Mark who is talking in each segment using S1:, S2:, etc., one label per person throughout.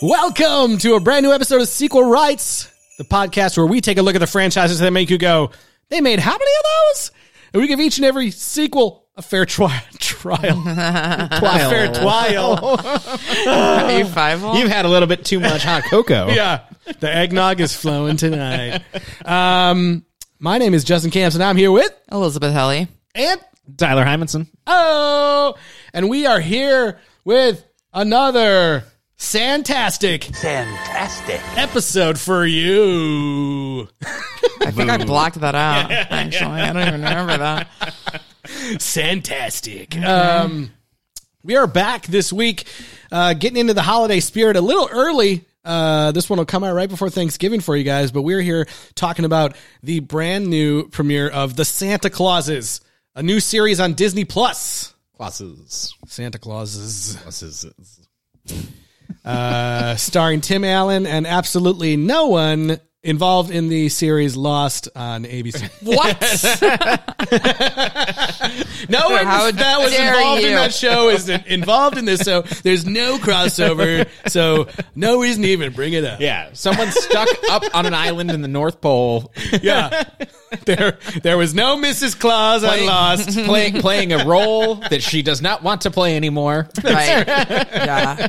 S1: Welcome to a brand new episode of Sequel Rights, the podcast where we take a look at the franchises that make you go, they made how many of those? And we give each and every sequel a fair tri- trial. A fair trial.
S2: Are you five?
S3: You've had a little bit too much hot cocoa.
S1: yeah. The eggnog is flowing tonight. Um, my name is Justin Camps, and I'm here with
S2: Elizabeth Helly.
S1: and
S3: Tyler Hymanson.
S1: Oh, and we are here with another fantastic
S4: Fantastic.
S1: episode for you.
S2: I think I blocked that out. Actually, I don't even remember that.
S1: Fantastic. Um, we are back this week, uh, getting into the holiday spirit a little early. Uh, this one will come out right before Thanksgiving for you guys, but we're here talking about the brand new premiere of The Santa Clauses, a new series on Disney Plus.
S3: Classes.
S1: Santa Clauses.
S3: Classes.
S1: uh, starring Tim Allen and absolutely no one involved in the series Lost on ABC.
S2: What?
S1: No one
S2: How
S1: that was
S2: dare
S1: involved in
S2: you.
S1: that show is involved in this. So there's no crossover. So no reason to even bring it up.
S3: Yeah. Someone stuck up on an island in the North Pole
S1: yeah. There, there was no Mrs. Claus on
S3: Playing-
S1: Lost.
S3: playing playing a role that she does not want to play anymore.
S2: right. Yeah.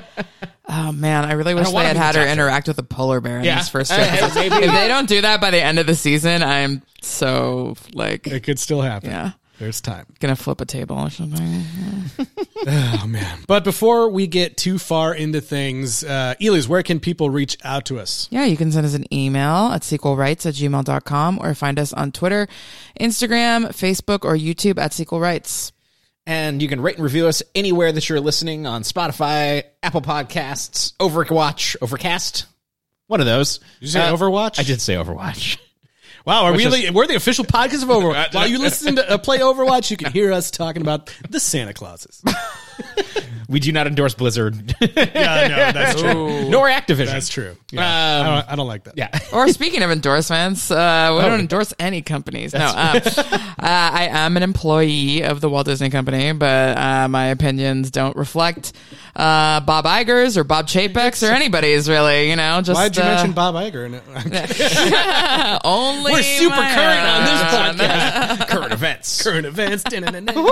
S2: Oh man, I really wish they
S3: wanna
S2: had
S3: be
S2: had her
S3: detective.
S2: interact with the polar bear in
S3: Yeah.
S2: these first two
S3: Uh,
S2: episodes.
S3: maybe-
S2: If they don't do that by the end of the season, I'm so like
S1: It could still happen.
S2: Yeah.
S1: There's time.
S2: gonna flip a table or something.
S1: Oh man. But before we get too far into things, uh, Elias, where can people reach out to us?
S2: Yeah, you can send us an email at sequelrights at gmail.com or find us on Twitter, Instagram, Facebook, or YouTube at Sequel Rights.
S3: And you can rate and review us anywhere that you're listening on Spotify, Apple Podcasts, Overwatch, Overcast. One of those. Uh,
S1: Did you say Overwatch?
S3: I did say Overwatch.
S1: Wow, are we
S3: is-
S1: the, we're the official podcast of Overwatch. While you listen to uh, play Overwatch, you can hear us talking about the Santa Clauses.
S3: We do not endorse Blizzard
S1: Yeah, no, that's true.
S3: nor Activision.
S1: That's true.
S3: Yeah.
S1: I, don't, I don't like that.
S3: yeah.
S2: Or speaking of endorsements, uh,
S1: Oh.
S2: we don't endorse any companies. No, um, uh, I am an employee of the Walt Disney Company, but uh, my opinions don't reflect uh, Bob Iger's or Bob Chapek's or anybody's really. You know, just
S1: Why'd you
S2: uh,
S1: mention Bob Iger? No,
S2: only
S1: We're super
S2: my
S1: current on this
S2: own.
S3: Current events.
S1: current events. da-na-na-na.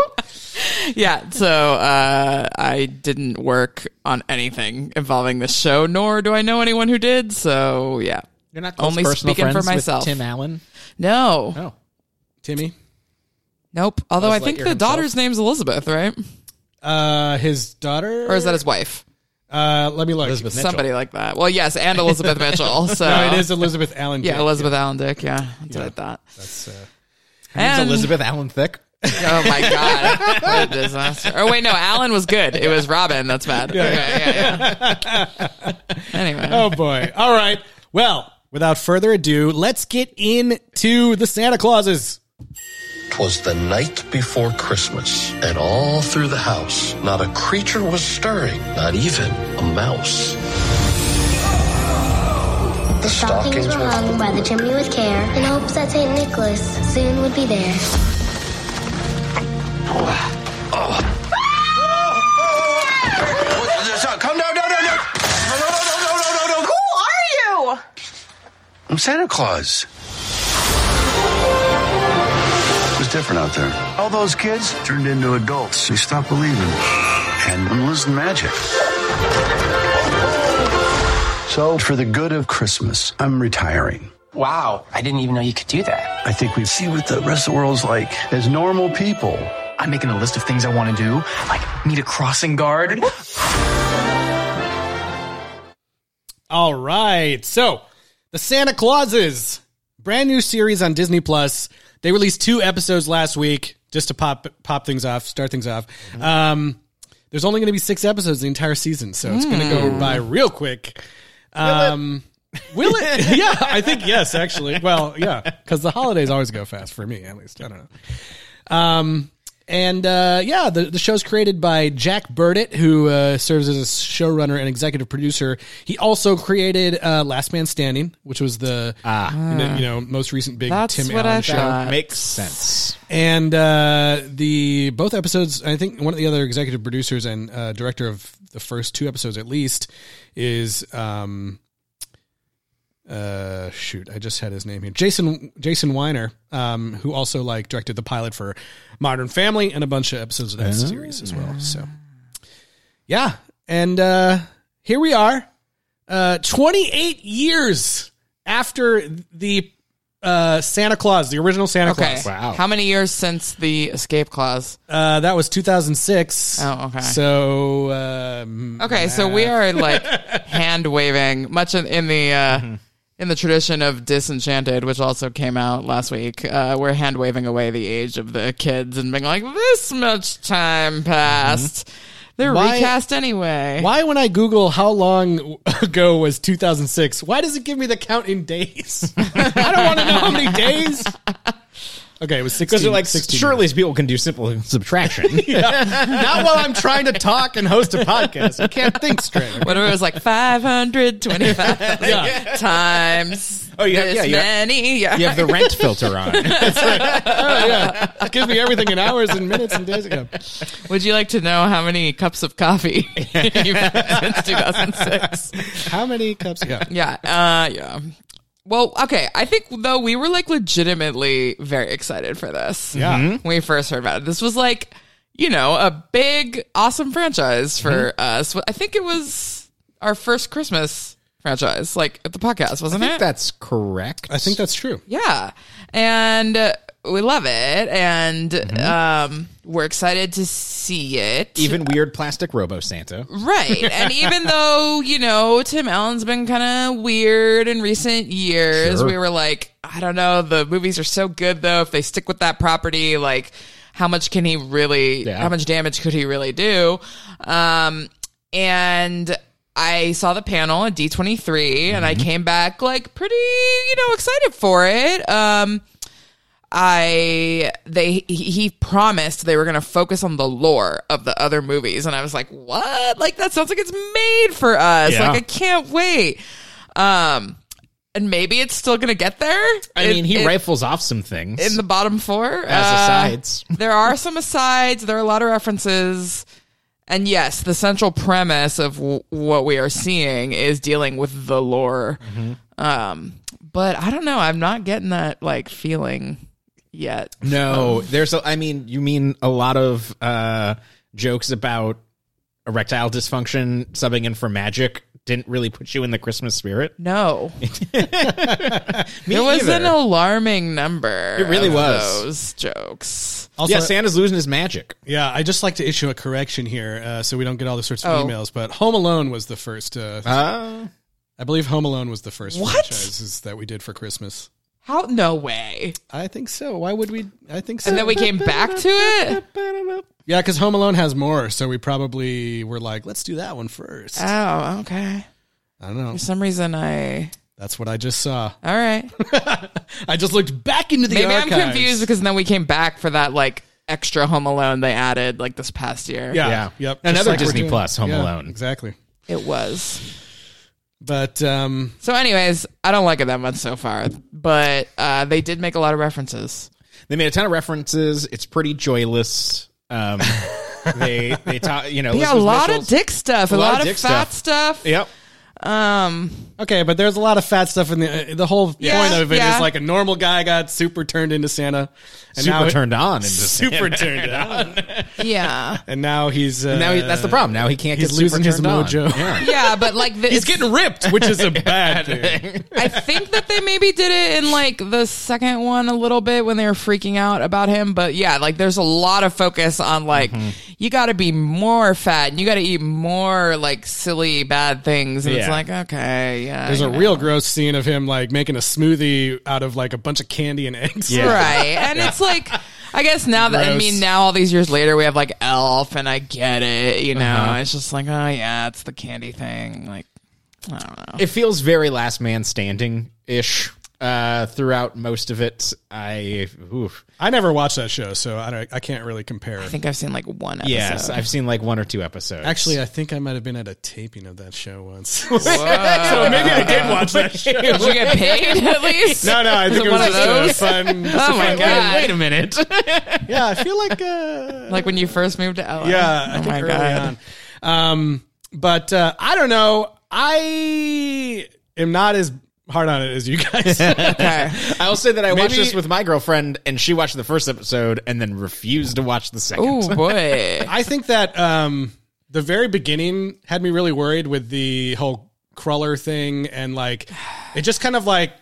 S2: Yeah, so uh, I didn't work on anything involving this show, nor do I know anyone who did. So yeah,
S3: You're not
S2: Only speaking for myself.
S3: Tim Allen.
S2: no,
S3: Oh.
S1: Timmy,
S2: nope. Although I
S3: Buzz
S2: think
S3: Lightyear
S2: the
S3: himself.
S2: daughter's name's Elizabeth, right?
S1: uh, his daughter,
S2: Or is that his wife?
S1: Uh, let me look.
S3: Elizabeth Mitchell.
S2: Somebody like that. Well, yes, and Elizabeth Mitchell. So
S1: No, it is Elizabeth Allen.
S2: Yeah,
S1: Dick.
S2: Elizabeth Allen Dick. Yeah, that's what I thought.
S1: That's, uh,
S2: And,
S3: Elizabeth Allen Thick.
S2: Oh my god, what a disaster! Oh wait, no, Allen was good. It was Robin. That's bad. Okay, yeah, yeah. Anyway,
S1: oh boy. All right. Well, without further ado, let's get into the Santa Clauses.
S5: Twas the night before Christmas, and all through the house, not a creature was stirring, not even a mouse. The
S6: Stockings
S5: stockings
S6: were
S5: were
S6: hung by the chimney with care in hopes that St. Nicholas soon would be there.
S4: Come down, down, down, down. No, no, no, no, no, no, no, no.
S7: Who are you?
S5: I'm Santa Claus. It was different out there. All those kids turned into adults. They stopped believing and losing magic. So, for the good of Christmas, I'm retiring.
S8: Wow, I didn't even know you could do that.
S5: I think we see what the rest of the world's like as normal people.
S8: I'm making a list of things I want to do, like meet a crossing guard.
S1: All right. So, The Santa Clauses, brand new series on Disney Plus. They released two episodes last week just to pop pop things off, start things off. Um, there's only going to be six episodes the entire season, so it's going to go by
S2: Hmm.
S1: real quick. Um, will it? yeah, I think yes. Actually, well, yeah, because the holidays always go fast for me, at least. I don't know. Um, And uh, yeah, the, the show's created by Jack Burdett, who uh, serves as a showrunner and executive producer. He also created uh, Last Man Standing, which was the you know- you know most recent big
S2: That's
S1: Tim
S2: what
S1: Allen
S2: I
S1: show
S2: thought.
S3: Makes sense.
S1: and uh, the both episodes i think one of the other executive producers and uh, director of the first two episodes at least is um uh shoot i just had his name here jason jason weiner um who also like directed the pilot for modern family and a bunch of episodes of that series as well so yeah and uh here we are uh 28 years after the uh santa claus the original santa
S2: Okay.
S1: claus
S3: Wow.
S2: How many years since the escape clause?
S1: uh, that was 2006.
S2: Oh, okay.
S1: So, um,
S2: Okay, so we are like hand waving, much in, in the uh,
S3: Mm-hmm.
S2: in the tradition of Disenchanted, which also came out last week. Uh, we're hand waving away the age of the kids and being like, this much time passed.
S3: Mm-hmm.
S2: They're
S1: Why-
S2: recast anyway.
S1: why when I Google how long ago was 2006, why does it give me the count in days? I don't want to know how many days. Okay, it was 16.
S3: Because they're like,
S1: 16
S3: surely these people can do simple subtraction.
S1: Not while I'm trying to talk and host a podcast. I can't think straight.
S2: What if it was like five hundred twenty-five times?
S3: Oh, you have-
S2: this
S3: yeah, you have-
S2: many. Yeah.
S3: You have the rent filter on.
S1: Oh, yeah. It gives me everything in hours and minutes and days ago.
S2: Would you like to know how many cups of coffee you've had since two thousand six?
S1: How many cups? Yeah.
S2: Yeah. Uh, yeah. Well, okay. I think though we were like legitimately very excited for this.
S1: Yeah.
S2: When we first heard about it, this was like, you know, a big, awesome franchise for
S3: Mm-hmm.
S2: us. I think it was our first Christmas franchise, like at the podcast, wasn't
S3: I
S2: it?
S3: think that's correct.
S1: I think that's true.
S2: Yeah. And uh, we love it. And
S3: Mm-hmm.
S2: um, we're excited to see it.
S3: even weird plastic Robo Santa.
S2: Right. And even though, you know, Tim Allen's been kind of weird in recent years,
S3: Sure.
S2: we were like, I don't know. The movies are so good, though. If they stick with that property, like, how much can he really,
S3: Yeah.
S2: how much damage could he really do? Um, and I saw the panel at D23 and
S3: Mm-hmm.
S2: I came back like pretty, you know, excited for it. Um, I they he, he promised they were going to focus on the lore of the other movies and I was like, "What? Like that sounds like it's made for us.
S3: Yeah.
S2: Like I can't wait." Um and maybe it's still going to get there.
S3: I
S2: It-
S3: mean, he
S2: it-
S3: rifles off some things.
S2: in the bottom four Uh,
S3: As asides.
S2: there are some asides. There are a lot of references, and yes, the central premise of w- what we are seeing is dealing with the lore.
S3: Mm-hmm.
S2: Um, but I don't know. I'm not getting that like feeling yet.
S3: no, there's. A, I mean, you mean a lot of uh, jokes about erectile dysfunction subbing in for magic didn't really put you in the Christmas spirit.
S2: No,
S3: Me
S2: it was
S3: either.
S2: an alarming number.
S3: It really
S2: of
S3: was.
S2: those jokes.
S1: Also,
S3: yeah, Santa's losing his magic.
S1: Yeah, I just like to issue a correction here, uh, so we don't get all the sorts of
S2: Oh.
S1: emails. But Home Alone was the first. Uh,
S3: Uh,
S1: I believe Home Alone was the first
S2: What?
S1: franchises that we did for Christmas.
S2: How? No way.
S1: I think so. Why would we? I think so.
S2: And then we came back to it.
S1: yeah, because Home Alone has more, so we probably were like, let's do that one first.
S2: Oh, okay.
S1: I don't know.
S2: For some reason, I.
S1: That's what I just saw.
S2: All right.
S1: I just looked back into the
S2: Maybe
S1: archives.
S2: I'm confused because then we came back for that like extra Home Alone they added like this past year.
S1: Yeah.
S3: Yeah.
S1: Yep.
S3: Another
S1: Just we're
S3: Disney
S1: doing-
S3: Plus Home
S1: Yeah,
S3: Alone.
S1: Exactly.
S2: It was.
S1: But um,
S2: So, anyways, I don't like it that much so far, but uh, they did make a lot of references.
S3: They made a ton of references. It's pretty joyless. Um, they they talk. You know,
S2: Yeah, a
S3: Elizabeth
S2: lot
S3: Mitchell's-
S2: of dick stuff, a, lot, of,
S3: dick
S2: fat stuff.
S3: Yep.
S2: Um,
S1: okay, but there's a lot of fat stuff in the uh, the whole
S2: Yeah,
S1: point of it is
S2: yeah.
S1: like a normal guy got super turned into Santa, and
S3: Super
S1: now
S3: turned on. And just,
S1: super turned on.
S2: yeah,
S1: and now he's uh,
S3: now he, that's the problem. Now he can't
S1: he's
S3: get super
S1: losing his
S3: turned on.
S1: mojo.
S3: Yeah.
S2: yeah, but like the,
S1: He's getting ripped, which is a bad thing.
S2: I think that they maybe did it in like the second one a little bit when they were freaking out about him. But yeah, like there's a lot of focus on like you got to be more fat and you got to eat more like silly bad things. And it's
S3: Yeah.
S2: like okay, yeah,
S1: There's
S2: you
S1: a
S2: know.
S1: real gross scene of him like making a smoothie out of like a bunch of candy and eggs.
S3: Yeah.
S2: right, and it's like. I guess now that I
S1: Gross.
S2: mean now all these years later we have like Elf and I get it you know it's just like oh yeah it's the candy thing like I don't know
S3: It feels very last man standing ish. uh, throughout most of it. I oof.
S1: I never watched that show, so I don't, I can't really compare.
S2: I think I've seen like one episode.
S3: yes, I've seen like one or two episodes.
S1: Actually, uh, I think I might have been at a taping of that show once.
S2: so
S1: Maybe I did watch that show.
S2: Did you get paid at least?
S1: No, no, I
S2: Was
S1: think it
S2: one
S1: was
S2: of
S1: just a
S2: those?
S1: fun. just a
S2: Oh my
S1: fun
S2: god!
S1: game.
S2: a minute.
S1: Yeah, I feel like. Uh,
S2: like when you first moved to LA.
S1: yeah, I
S2: Oh
S1: think
S2: my
S1: early
S2: god.
S1: on. Um, but uh, I don't know. I am not as hard on it as you guys.
S2: Okay.
S3: I'll say that I watched
S1: Maybe-
S3: this with my girlfriend, and she watched the first episode and then refused to watch the second.
S2: Oh boy.
S1: I think that um, the very beginning had me really worried with the whole crawler thing, and like it just kind of like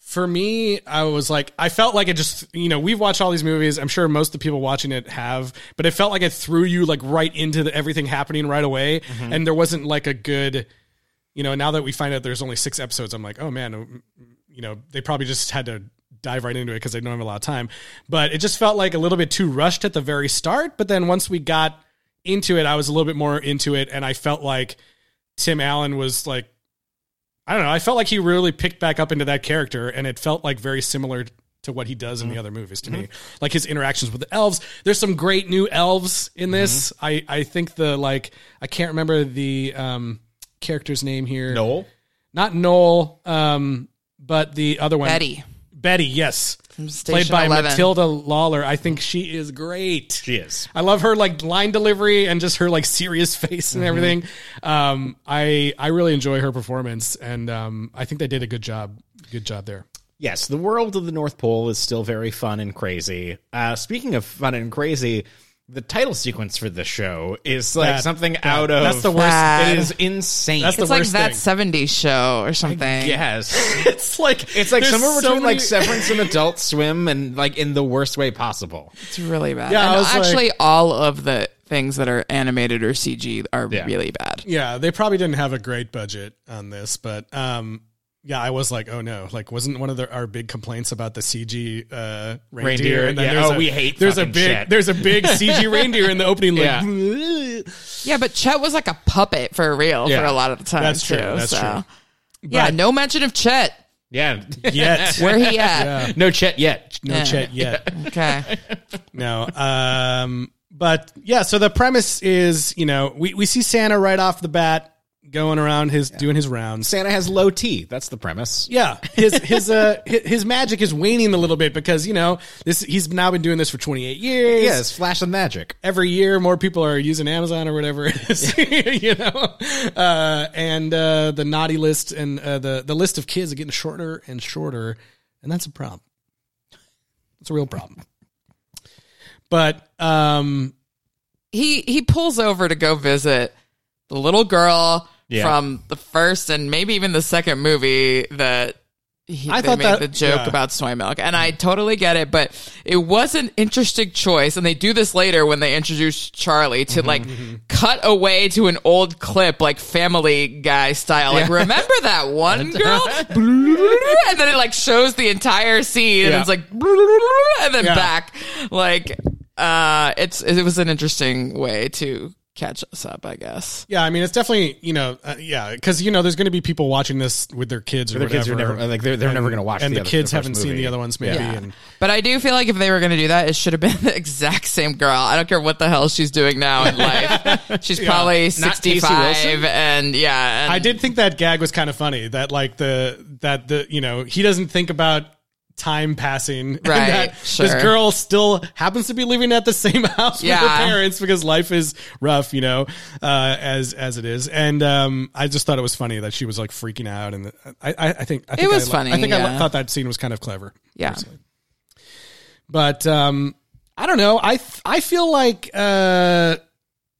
S1: for me, I was like, I felt like it just you know we've watched all these movies. I'm sure most of the people watching it have, but it felt like it threw you like right into the, everything happening right away, and there wasn't like a good. You know, now that we find out there's only six episodes, I'm like, oh man, you know, they probably just had to dive right into it because they don't have a lot of time. But it just felt like a little bit too rushed at the very start. But then once we got into it, I was a little bit more into it, and I felt like Tim Allen was like, I don't know, I felt like he really picked back up into that character, and it felt like very similar to what he does in the other movies to me, like his interactions with the elves. There's some great new elves in this. I I think the like I can't remember the um character's name here
S3: No,
S1: not Noel, um, but the other one,
S2: Betty.
S1: Betty, yes,
S2: Station
S1: played by
S2: 11.
S1: Matilda Lawler. I think she is great.
S3: she is.
S1: I love her like line delivery and just her like serious face and everything. Um, I I really enjoy her performance, and um, I think they did a good job. Good job there.
S3: Yes, the world of the North Pole is still very fun and crazy. Uh, speaking of fun and crazy, the title sequence for this show is like
S1: That-
S3: something out of
S1: That's the worst.
S2: Bad.
S3: It is insane.
S1: That's the
S2: It's like
S1: worst
S2: that
S1: thing.
S2: '70s show or something.
S3: yes.
S1: It's like
S3: It's like
S1: there's
S3: somewhere
S1: so
S3: between
S1: many-
S3: like Severance and Adult Swim, and like in the worst way possible.
S2: It's really bad.
S1: Yeah, I
S2: And
S1: was like-
S2: actually, all of the things that are animated or CG are
S3: Yeah.
S2: really bad.
S1: yeah, they probably didn't have a great budget on this, but um, yeah, I was like, oh no, like wasn't one of the, our big complaints about the CG uh, reindeer?
S3: Reindeer, yeah.
S1: there's
S3: Oh, we hate
S1: There's a
S3: fucking
S1: big
S3: shit.
S1: there's a big CG reindeer in the opening. Like,
S2: Yeah, but Chet was like a puppet for real for
S3: Yeah.
S2: a lot of the time.
S1: That's true.
S2: Too,
S1: That's
S2: so.
S1: true.
S2: yeah,
S1: But-
S2: no mention of Chet.
S3: Yeah.
S1: yet
S2: Where he at?
S3: no Chet yet.
S1: no
S2: Yeah.
S1: chat yet.
S2: Okay.
S1: No. Um, but yeah, so the premise is, you know, we, we see Santa right off the bat going around his doing his rounds.
S3: Santa has low T. That's the premise.
S1: Yeah, his his uh his, his magic is waning a little bit because you know this he's now been doing this for 28 years.
S3: Yeah, it's Flash and Magic.
S1: every year more people are using Amazon or whatever it is, you know. Uh, and uh, the naughty list and uh, the the list of kids are getting shorter and shorter, and that's a problem. It's a real problem. But um,
S2: he he pulls over to go visit the little girl
S3: Yeah.
S2: from the first and maybe even the second movie that he,
S1: I
S2: they
S1: thought
S2: made
S1: that-
S2: the joke
S1: yeah.
S2: about soy milk, and I totally get it, but it was an interesting choice. And they do this later when they introduce Charlie
S1: Mm-hmm,
S2: to like cut away to an old clip, like Family Guy style. Like, remember that one girl? and then it like shows the entire scene, and
S1: Yeah.
S2: it's like, and then
S1: Yeah.
S2: back. Like, uh, it's it was an interesting way to catch us up, I guess.
S1: yeah, I mean, it's definitely you know, uh, yeah, because you know, there's going to be people watching this with their kids or
S3: Their kids
S1: whatever.
S3: are never- like, they're- they're never gonna watch
S1: and
S3: the
S1: the,
S3: other-
S1: kids
S3: the first
S1: haven't seen
S3: movie.
S1: the other ones, maybe.
S2: Yeah.
S1: And
S2: But I do feel like if they were going to do that, it should have been the exact same girl. I don't care what the hell she's doing now in life. She's probably
S3: Casey Wilson?
S2: 65 and yeah. And
S1: I did think that gag was kind of funny. That like the that the you know he doesn't think about time passing. and
S2: Right,
S1: that
S2: sure.
S1: This girl still happens to be living at the same house with
S2: Yeah.
S1: her parents because life is rough, you know, uh, as as it is. And um, I just thought it was funny that she was like freaking out, and I I, I think I think
S2: was
S1: I, li-
S2: funny,
S1: I think I
S2: yeah.
S1: li- thought that scene was kind of clever.
S2: Yeah.
S1: But um, I don't know. I th- I feel like uh,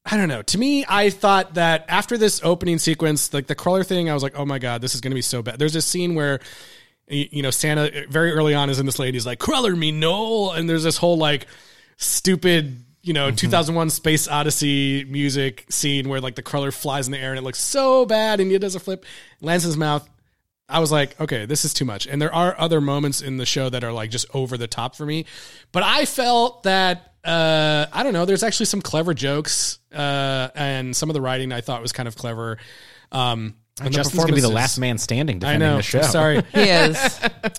S1: I don't know. To me, I thought that after this opening sequence, like the crawler thing, I was like, oh my god, this is going to be so bad. There's this scene where y- you know Santa uh, very early on is in this lady's like crawler me no, and there's this whole like stupid. You know,
S3: Mm-hmm.
S1: 2001 Space Odyssey music scene where like the crawler flies in the air and it looks so bad and he does a flip, lands in his mouth. I was like, okay, this is too much. And there are other moments in the show that are like just over the top for me. But I felt that uh, I don't know. There's actually some clever jokes, uh, and some of the writing I thought was kind of clever. Um,
S3: And Justin's gonna be the last man standing
S1: I
S3: defending
S1: know.
S3: the show.
S1: Sorry.
S2: He is.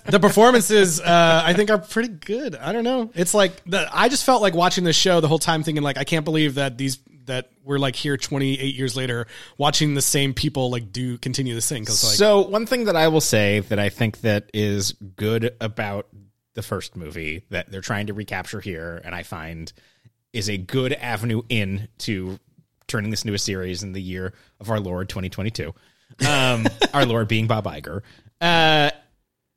S1: the performances uh, I think are pretty good. I don't know. It's like the, I just felt like watching this show the whole time, thinking like I can't believe that these that we're like here 28 years later watching the same people like do continue this thing. Cause like
S3: so one thing that I will say that I think that is good about the first movie that they're trying to recapture here, and I find is a good avenue in to turning this into a series in the year of our Lord 2022. Um, our Lord being Bob Iger. Uh,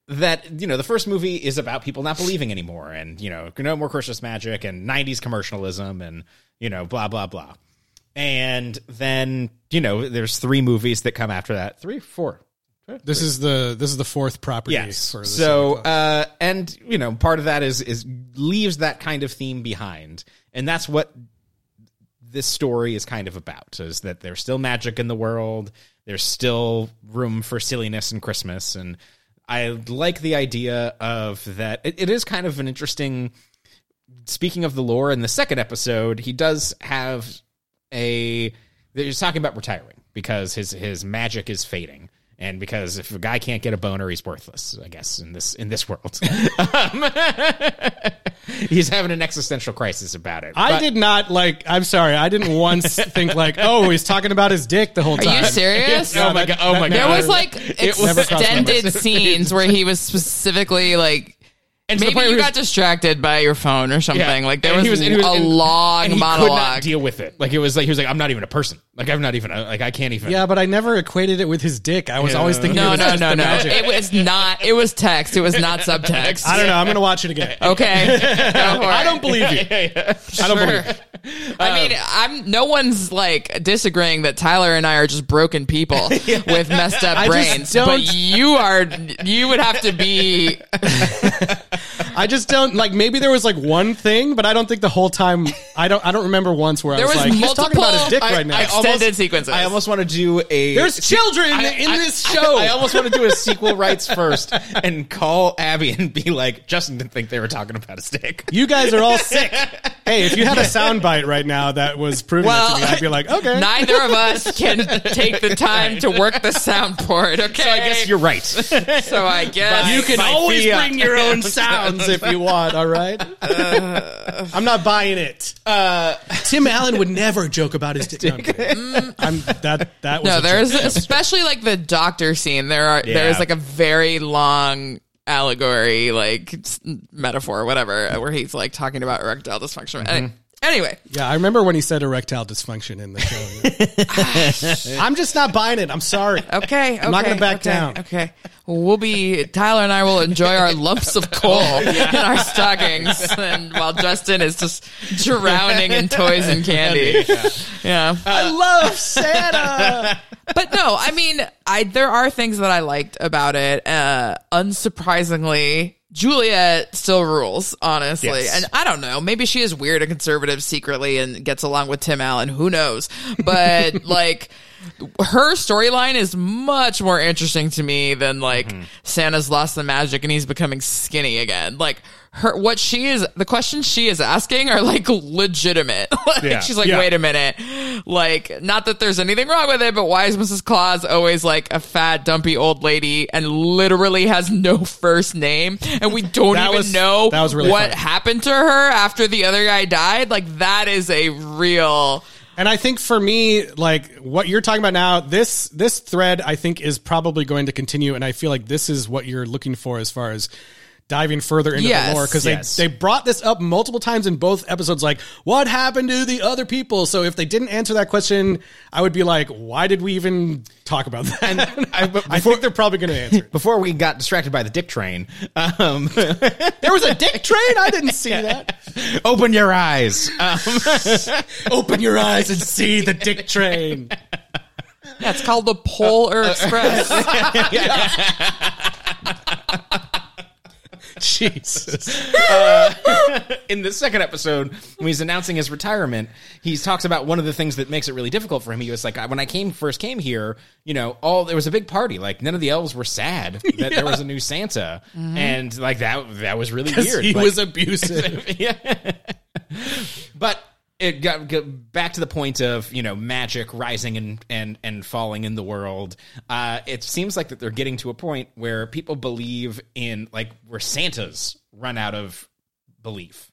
S3: that you know the first movie is about people not believing anymore and you know no more christmas magic and 90s commercialism and you know blah blah blah and then you know there's three movies that come after that three four
S1: this is the this is the fourth property.
S3: yes
S1: For this
S3: so uh and you know part of that is is leaves that kind of theme behind and that's what this story is kind of about is that there's still magic in the world there's still room for silliness and christmas and i like the idea of that it, it is kind of an interesting speaking of the lore in the second episode he does have a he's talking about retiring because his his magic is fading and because if a guy can't get a boner he's worthless i guess in this in this world um, he's having an existential crisis about it
S1: I
S3: But-
S1: did not like. I'm sorry. I didn't once think like, oh, he's talking about his dick the whole
S2: Are
S1: time.
S2: you serious?
S1: Yeah,
S3: Oh my
S1: that-
S3: God, oh
S1: that
S3: my
S1: never-
S2: There was like
S1: never crossed my mind.
S2: extended scenes where he was specifically like.
S3: And to the
S2: Maybe
S3: point
S2: you
S3: where he
S2: got
S3: was-
S2: distracted by your phone or something.
S3: Yeah.
S2: Like there
S3: And
S2: was,
S3: and
S2: a
S3: and-
S2: long
S3: and he
S2: monologue.
S3: Could not deal with it. Like it was like he was like, I'm not even a person. Like I'm not even a, like I can't even.
S1: Yeah, but I never equated it with his dick. I was always thinking. it
S2: no,
S1: was
S2: no,
S1: just
S2: no,
S1: the
S2: no.
S1: magic.
S2: It was not. It was text. It was not subtext.
S1: I don't know. I'm gonna watch it again.
S2: Okay.
S1: I don't believe you. I don't believe. it.
S2: I
S1: Um,
S2: mean, I'm no one's like disagreeing that Tyler and I are just broken people with messed up
S1: just
S2: brains.
S1: don't-
S2: But you are you would have to be
S1: I just don't like. Maybe there was like one thing, but I don't think the whole time. I don't. I don't remember once where
S2: There
S1: I was,
S2: was
S1: like, he's talking about his
S2: multiple-
S1: dick right now.
S2: I Extended sequences.
S3: I almost want to do a.
S1: There's children in this show.
S3: I, almost want to do a sequel rights first and call Abby and be like, Justin didn't think they were talking about his dick.
S1: you guys are all sick. hey, if you had a sound bite right now that was proving
S2: Well,
S1: it to me, I'd be like, okay.
S2: neither of us can take the time to work the soundboard, okay?
S3: So I guess you're right.
S2: so I guess
S1: you can
S3: by
S1: always
S3: fiat.
S1: bring your own sounds if you want. All right.
S2: Uh,
S1: I'm not buying it. Uh, Tim Allen would never joke about his dick. No, I'm kidding. I'm, that that was
S2: No,
S1: a
S2: there's
S1: joke.
S2: especially like the doctor scene. There are there is
S3: Yeah.
S2: like a very long allegory, like s- metaphor, whatever, where he's like talking about erectile dysfunction.
S1: Mm-hmm.
S2: Any- Anyway,
S1: Yeah, I remember when he said erectile dysfunction in the show. I'm just not buying it. I'm sorry.
S2: okay, okay,
S1: I'm not gonna back
S2: okay,
S1: down.
S2: Okay, Well, we'll be Tyler and I will enjoy our lumps of coal in our stockings, and while Justin is just drowning in toys and candy. Yeah. Uh,
S1: I love Santa.
S2: but no, I mean, I there are things that I liked about it. Uh, unsurprisingly, Juliet still rules, honestly.
S3: Yes.
S2: And I don't know, maybe she is weird and conservative secretly and gets along with Tim Allen. Who knows? But like. Her storyline is much more interesting to me than like Santa's lost the magic and he's becoming skinny again. Like her, what she is, the questions she is asking are like legitimate. Like,
S3: Yeah.
S2: She's like,
S1: Yeah.
S2: wait a minute. Like, not that there's anything wrong with it, but why is Mrs. Claus always like a fat, dumpy old lady and literally has no first name? And we don't
S1: That
S2: even
S1: was-
S2: know
S1: that was really
S2: what
S1: funny.
S2: happened to her after the other guy died. Like, that is a real.
S1: and I think for me, like what you're talking about now, this this thread I think is probably going to continue, and I feel like this is what you're looking for as far as diving further into
S2: Yes.
S1: the lore because
S3: Yes.
S1: they, they brought this up multiple times in both episodes like what happened to the other people so if they didn't answer that question i would be like why did we even talk about that I, think they're probably going to answer it.
S3: Before we got distracted by the dick train, um,
S1: there was a dick train i didn't see that
S3: open your eyes. Um,
S1: Open your eyes and see the dick train.
S2: Yeah, it's called the Polar
S1: Uh,
S2: Express.
S1: Jesus.
S3: in the second episode, when he's announcing his retirement, he talks about one of the things that makes it really difficult for him. He was like, "When I came first came here, you know, all there was a big party. Like none of the elves were sad that there was a new Santa,
S1: Mm-hmm.
S3: and like that that was really weird.
S1: He
S3: Like-
S1: was abusive.
S3: yeah. but it got, got back to the point of you know magic rising and and and falling in the world. Uh, it seems like that they're getting to a point where people believe in like where Santa's run out of belief,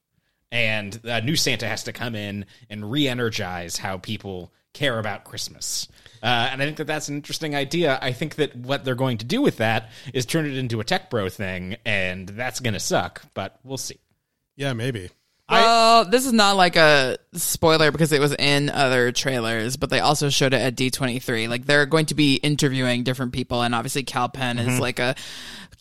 S3: and a new Santa has to come in and re-energize how people care about Christmas. Uh, and I think that that's an interesting idea. I think that what they're going to do with that is turn it into a tech bro thing, and that's going to suck. But we'll see.
S1: Yeah, maybe.
S2: Well, this is not like a spoiler because it was in other trailers, but they also showed it at D23. Like they're going to be interviewing different people, and obviously Cal Penn
S1: Mm-hmm.
S2: is like a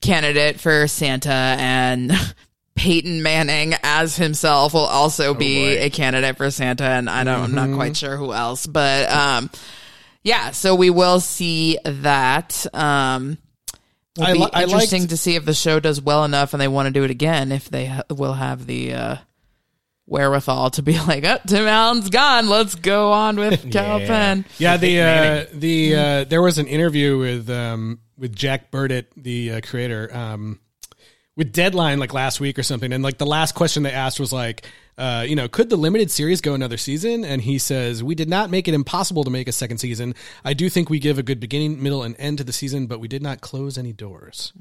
S2: candidate for Santa, and Peyton Manning as himself will also
S1: Oh,
S2: be a candidate for Santa, and I don't, I'm
S1: Mm-hmm.
S2: not quite sure who else, but um, yeah, so we will see that. Um, will
S1: I
S2: be
S1: li- I liked-
S2: interesting to see if the show does well enough and they want to do it again if they ha- will have the uh, wherewithal to be like, oh, Tim Allen's gone. Let's go on with Cal Penn.
S1: Yeah, the uh, the uh, there was an interview with um, with Jack Burdett, the uh, creator, um, with Deadline like last week or something, and like the last question they asked was like, uh, you know, could the limited series go another season? And he says, we did not make it impossible to make a second season. I do think we give a good beginning, middle, and end to the season, but we did not close any doors.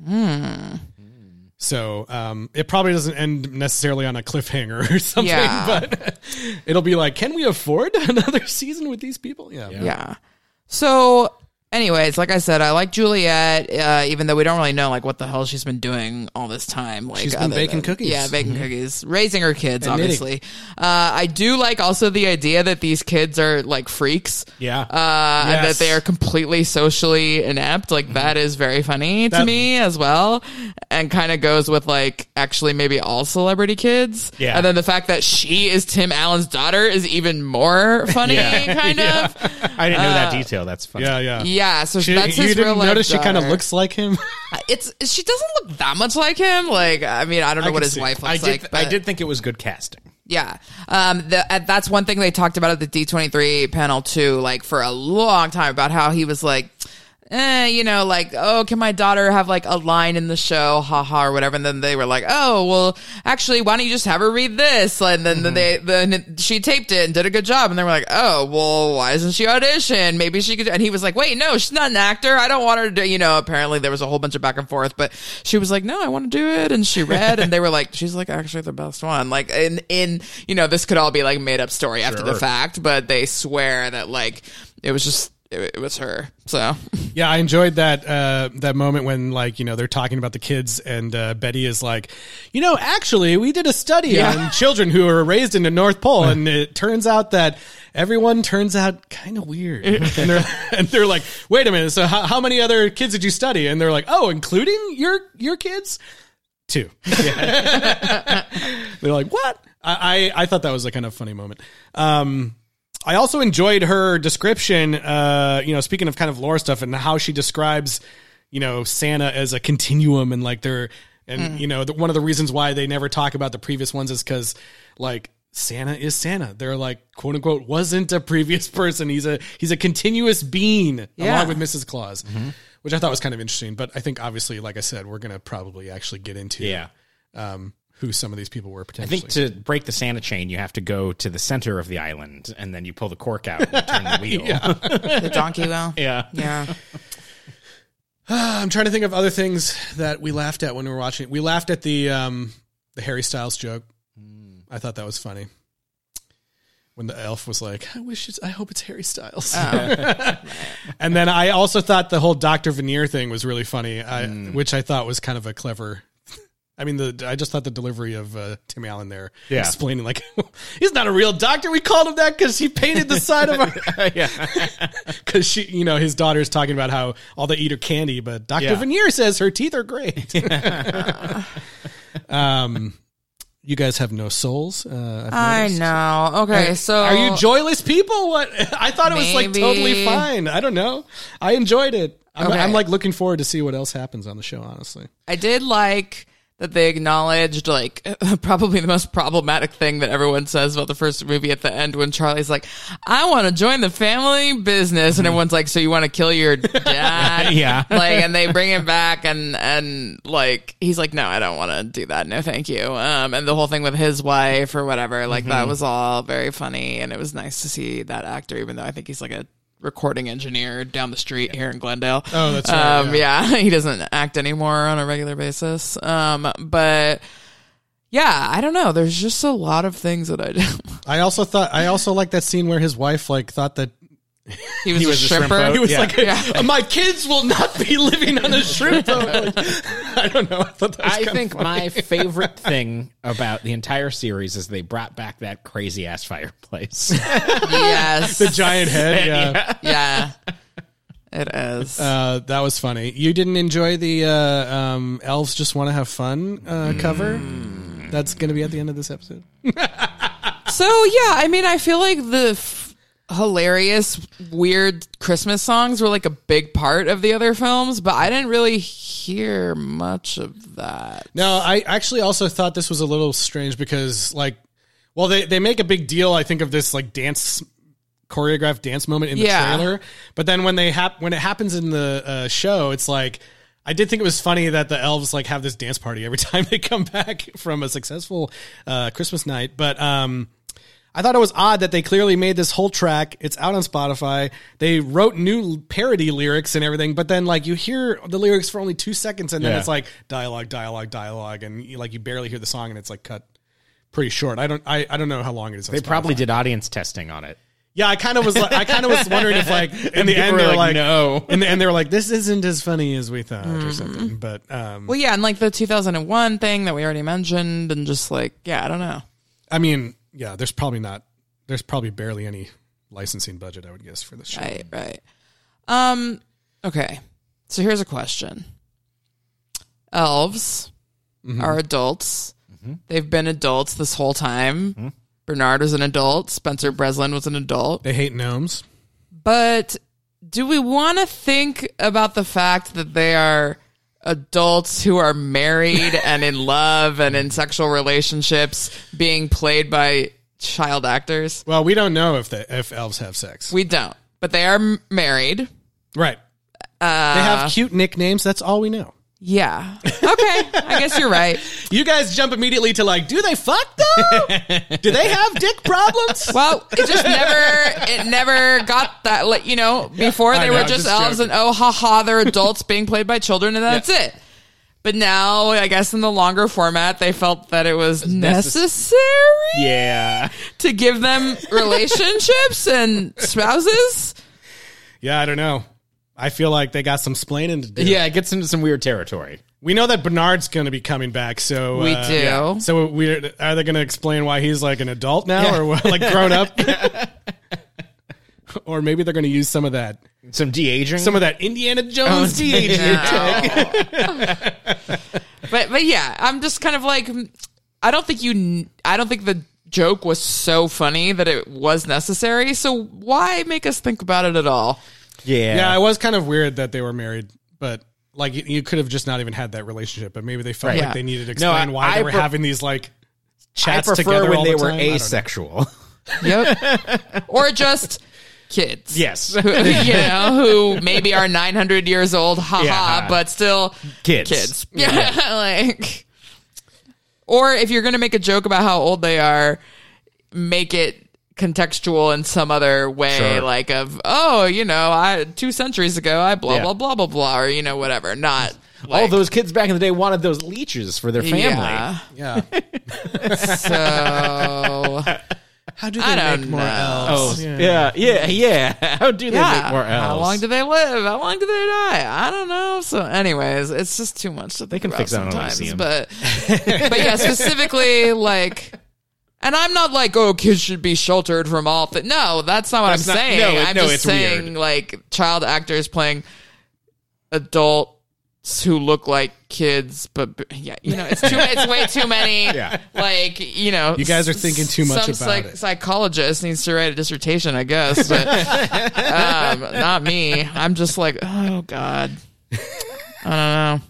S1: So um, it probably doesn't end necessarily on a cliffhanger or something,
S2: Yeah.
S1: but it'll be like, can we afford another season with these people? Yeah.
S2: Yeah. So, anyways, like I said, I like Juliet, uh, even though we don't really know like what the hell she's been doing all this time. Like
S1: She's been
S2: other
S1: baking
S2: than-
S1: cookies. Mm-hmm.
S2: Yeah, baking cookies, raising her kids,
S1: And knitting.
S2: obviously. Uh, I do like also the idea that these kids are like freaks.
S1: Yeah.
S2: Uh, and
S1: Yes. Mm-hmm.
S2: that they are completely socially inept. Like that is very funny to me as well, and kind of goes with like actually maybe all celebrity kids.
S1: Yeah.
S2: And then the fact that she is Tim Allen's daughter is even more funny, kind of.
S3: I didn't know that
S2: Uh,
S3: detail. That's funny.
S1: Yeah, yeah.
S2: Yeah, so
S1: She,
S2: that's
S1: you
S2: his
S1: didn't
S2: real life.
S1: notice she kind of
S2: daughter.
S1: looks like him.
S2: It's she doesn't look that much like him. Like I mean, I don't know
S1: can
S2: what his
S1: see.
S2: wife
S3: I
S2: looks
S3: did.
S2: like. But
S3: I did think it was good casting.
S2: Yeah, um, the, uh, that's one thing they talked about at the D twenty three panel too. Like for a long time about how he was like. Eh, you know, like, oh, can my daughter have like a line in the show, haha, or whatever? And then they were like, oh, well, actually, why don't you just have her read this? And then
S1: Mm-hmm.
S2: they, then she taped it and did a good job. And they were like, oh, well, why isn't she audition? Maybe she could. And he was like, wait, no, she's not an actor. I don't want her to, do-" you know, apparently there was a whole bunch of back and forth, but she was like, no, I want to do it. And she read and they were like, she's like actually the best one. Like in, in, you know, this could all be like made up story after the fact, but they swear that like it was just, it, it was her. So
S1: yeah, I enjoyed that uh, that moment when like you know they're talking about the kids and uh, Betty is like, you know, actually we did a study
S2: Yeah.
S1: on children who are raised in the North Pole, and it turns out that everyone turns out kind of weird. and they're and they're like, wait a minute, so how, how many other kids did you study? And they're like, oh, including your your kids, two. they're like, what? I, I I thought that was a kind of funny moment. Um, I also enjoyed her description. Uh, you know, speaking of kind of lore stuff and how she describes, you know, Santa as a continuum and like they're
S3: Hmm.
S1: and you know the, one of the reasons why they never talk about the previous ones is because like Santa is Santa. They're like quote unquote wasn't a previous person. He's a he's a continuous being
S2: Yeah.
S1: along with Mrs. Claus,
S3: Mm-hmm.
S1: which I thought was kind of interesting. But I think obviously, like I said, we're gonna probably actually get into
S3: Yeah.
S1: um, who some of these people were
S3: I
S1: potentially.
S3: think to break the Santa chain, you have to go to the center of the island, and then you pull the cork out and turn the wheel. yeah.
S2: the donkey well.
S3: yeah.
S2: Yeah.
S1: I'm trying to think of other things that we laughed at when we were watching. it. We laughed at the um, the Harry Styles joke. I thought that was funny. When the elf was like, "I wish it's, I hope it's Harry Styles," and then I also thought the whole Doctor Veneer thing was really funny, I, which I thought was kind of a clever. I mean, the I just thought the delivery of uh, Tim Allen there,
S3: Yeah.
S1: explaining like he's not a real doctor. We called him that because he painted the side of our because she, you know, his daughter's talking about how all they eat are candy, but Dr.
S3: Yeah.
S1: Veneer says her teeth are great. um, you guys have no souls. Uh, I've
S2: I
S1: noticed.
S2: know. Okay, so
S1: Are you joyless people? What I thought it was like
S2: Maybe.
S1: totally fine. I don't know. I enjoyed it. I'm,
S2: Okay.
S1: I'm like looking forward to see what else happens on the show. Honestly,
S2: I did like that they acknowledged like probably the most problematic thing that everyone says about the first movie at the end when Charlie's like, I want to join the family business. And everyone's like, so you want to kill your dad?
S3: Yeah.
S2: Like, and they bring him back and, and like, he's like, no, I don't want to do that. No, thank you. Um, and the whole thing with his wife or whatever, like that was all very funny. And it was nice to see that actor, even though I think he's like a recording engineer down the street here in Glendale.
S1: Oh, that's right,
S2: Um, yeah. he doesn't act anymore on a regular basis. Um, but yeah, I don't know. There's just a lot of things that I do.
S1: I also thought I also like that scene where his wife like thought that
S2: He was,
S3: was
S2: a
S3: a shrimp
S2: shrimper.
S3: boat.
S1: he was
S3: Yeah.
S1: like, my kids will not be living on a shrimp boat. Like, I don't know. I thought that was
S3: I
S1: kinda
S3: think
S1: funny.
S3: my favorite thing about the entire series is they brought back that crazy ass fireplace.
S2: yes.
S1: the giant head. Yeah,
S2: yeah. It is.
S1: Uh, that was funny. You didn't enjoy the uh, um, elves just want to have fun uh, cover. That's going to be at the end of this episode.
S2: So yeah, I mean, I feel like the f- hilarious, weird Christmas songs were like a big part of the other films, but I didn't really hear much of that.
S1: No, I actually also thought this was a little strange because, like, well, they, they make a big deal, I think, of this like dance choreographed dance moment in the
S2: Yeah.
S1: trailer, but then when they hap- when it happens in the uh, show, it's like I did think it was funny that the elves like have this dance party every time they come back from a successful uh, Christmas night, but um. I thought it was odd that they clearly made this whole track. It's out on Spotify. They wrote new parody lyrics and everything, but then like you hear the lyrics for only two seconds, and then
S3: Yeah.
S1: it's like dialogue, dialogue, dialogue, and you, like you barely hear the song, and it's like cut pretty short. I don't, I, I don't know how long it is. on
S3: they
S1: Spotify.
S3: probably did audience testing on it.
S1: yeah. I kind of was, like, I kind of was wondering if like in the
S3: people
S1: end
S3: were
S1: they were like,
S3: like, "No."
S1: in the end they were like, this isn't as funny as we thought or something. But um,
S2: Well, yeah, and like the 2001 thing that we already mentioned, and just like yeah, I don't know.
S1: I mean, yeah, there's probably not, there's probably barely any licensing budget, I would guess, for this show.
S2: Right, Eh, right. Um, okay. So here's a question. Elves are adults. They've been adults this whole time. Bernard was an adult. Spencer Breslin was an adult.
S1: They hate gnomes.
S2: But do we want to think about the fact that they are adults who are married and in love and in sexual relationships being played by child actors?
S1: Well, we don't know if the if elves have sex.
S2: We don't. But they are m- married.
S1: right. they
S2: Uh,
S1: have cute nicknames. That's all we know.
S2: Yeah. Okay. I guess you're right.
S1: You guys jump immediately to like, do they fuck though? do they have dick problems?
S2: Well, it just never, it never got that. Like you know, before
S1: I
S2: they
S1: know,
S2: were
S1: I'm
S2: just,
S1: just
S2: elves
S1: joking.
S2: and oh ha ha, they're adults being played by children, and that's it. But now, I guess in the longer format, they felt that it was necessary
S3: Yeah.
S2: to give them relationships and spouses.
S1: yeah, I don't know. I feel like they got some splaining to do.
S3: Yeah, it gets into some weird territory.
S1: We know that Bernard's going to be coming back, so
S2: We
S1: uh,
S2: do.
S1: So we are they going to explain why he's like an adult now or what, like grown up? or maybe they're going to use some of that
S3: Some de aging.
S1: some of that Indiana
S2: Oh,
S1: Jones de aging.
S2: but but yeah, I'm just kind of like I don't think you I don't think the joke was so funny that it was necessary. So why make us think about it at all?
S3: yeah.
S1: Yeah, it was kind of weird that they were married, but like you, you could have just not even had that relationship. But maybe they felt like
S2: Yeah.
S1: they needed to explain
S3: I-
S1: why they
S3: I
S1: were
S3: pre-
S1: having these like
S3: I
S1: chats
S3: prefer
S1: together
S3: when
S1: all
S3: they
S1: the
S3: were
S1: time. I don't know.
S3: asexual.
S2: Yep. or just kids.
S3: yes.
S2: Who- you know, who maybe are 900 years old, haha,
S3: Yeah.
S2: but still
S3: Kids.
S2: kids. Yeah, like. Or if you're going to make a joke about how old they are, make it contextual in some other way,
S3: Sure.
S2: like of oh, you know, I two centuries ago, I blah
S3: Yeah.
S2: blah blah blah blah, or you know, whatever. Not
S3: All
S2: like,
S3: those kids back in the day wanted those leeches for their family.
S2: Yeah.
S1: Yeah.
S2: So
S1: How do
S2: I
S1: they
S2: don't
S1: make more
S2: know.
S1: elves? Yeah.
S3: Oh, Yeah, yeah, yeah. How do they
S2: yeah,
S3: make more elves?
S2: how long do they live? How long do they die? I don't know. So, anyways, it's just too much. To they
S3: can fix that on Elysium.
S2: but but yeah, specifically like. And I'm not like, oh, kids should be sheltered from all. Th-. No, that's not what
S3: That's
S2: I'm
S3: not-
S2: saying.
S3: no, it-
S2: I'm
S3: no,
S2: just
S3: it's
S2: saying
S3: weird.
S2: like child actors playing adults who look like kids, but but- yeah, you know, it's too, it's way too many.
S3: Yeah.
S2: Like you know,
S1: You guys are thinking too much
S2: some
S1: about it.
S2: Psychologist needs to write a dissertation, I guess, but um, not me. I'm just like, oh god, I don't know.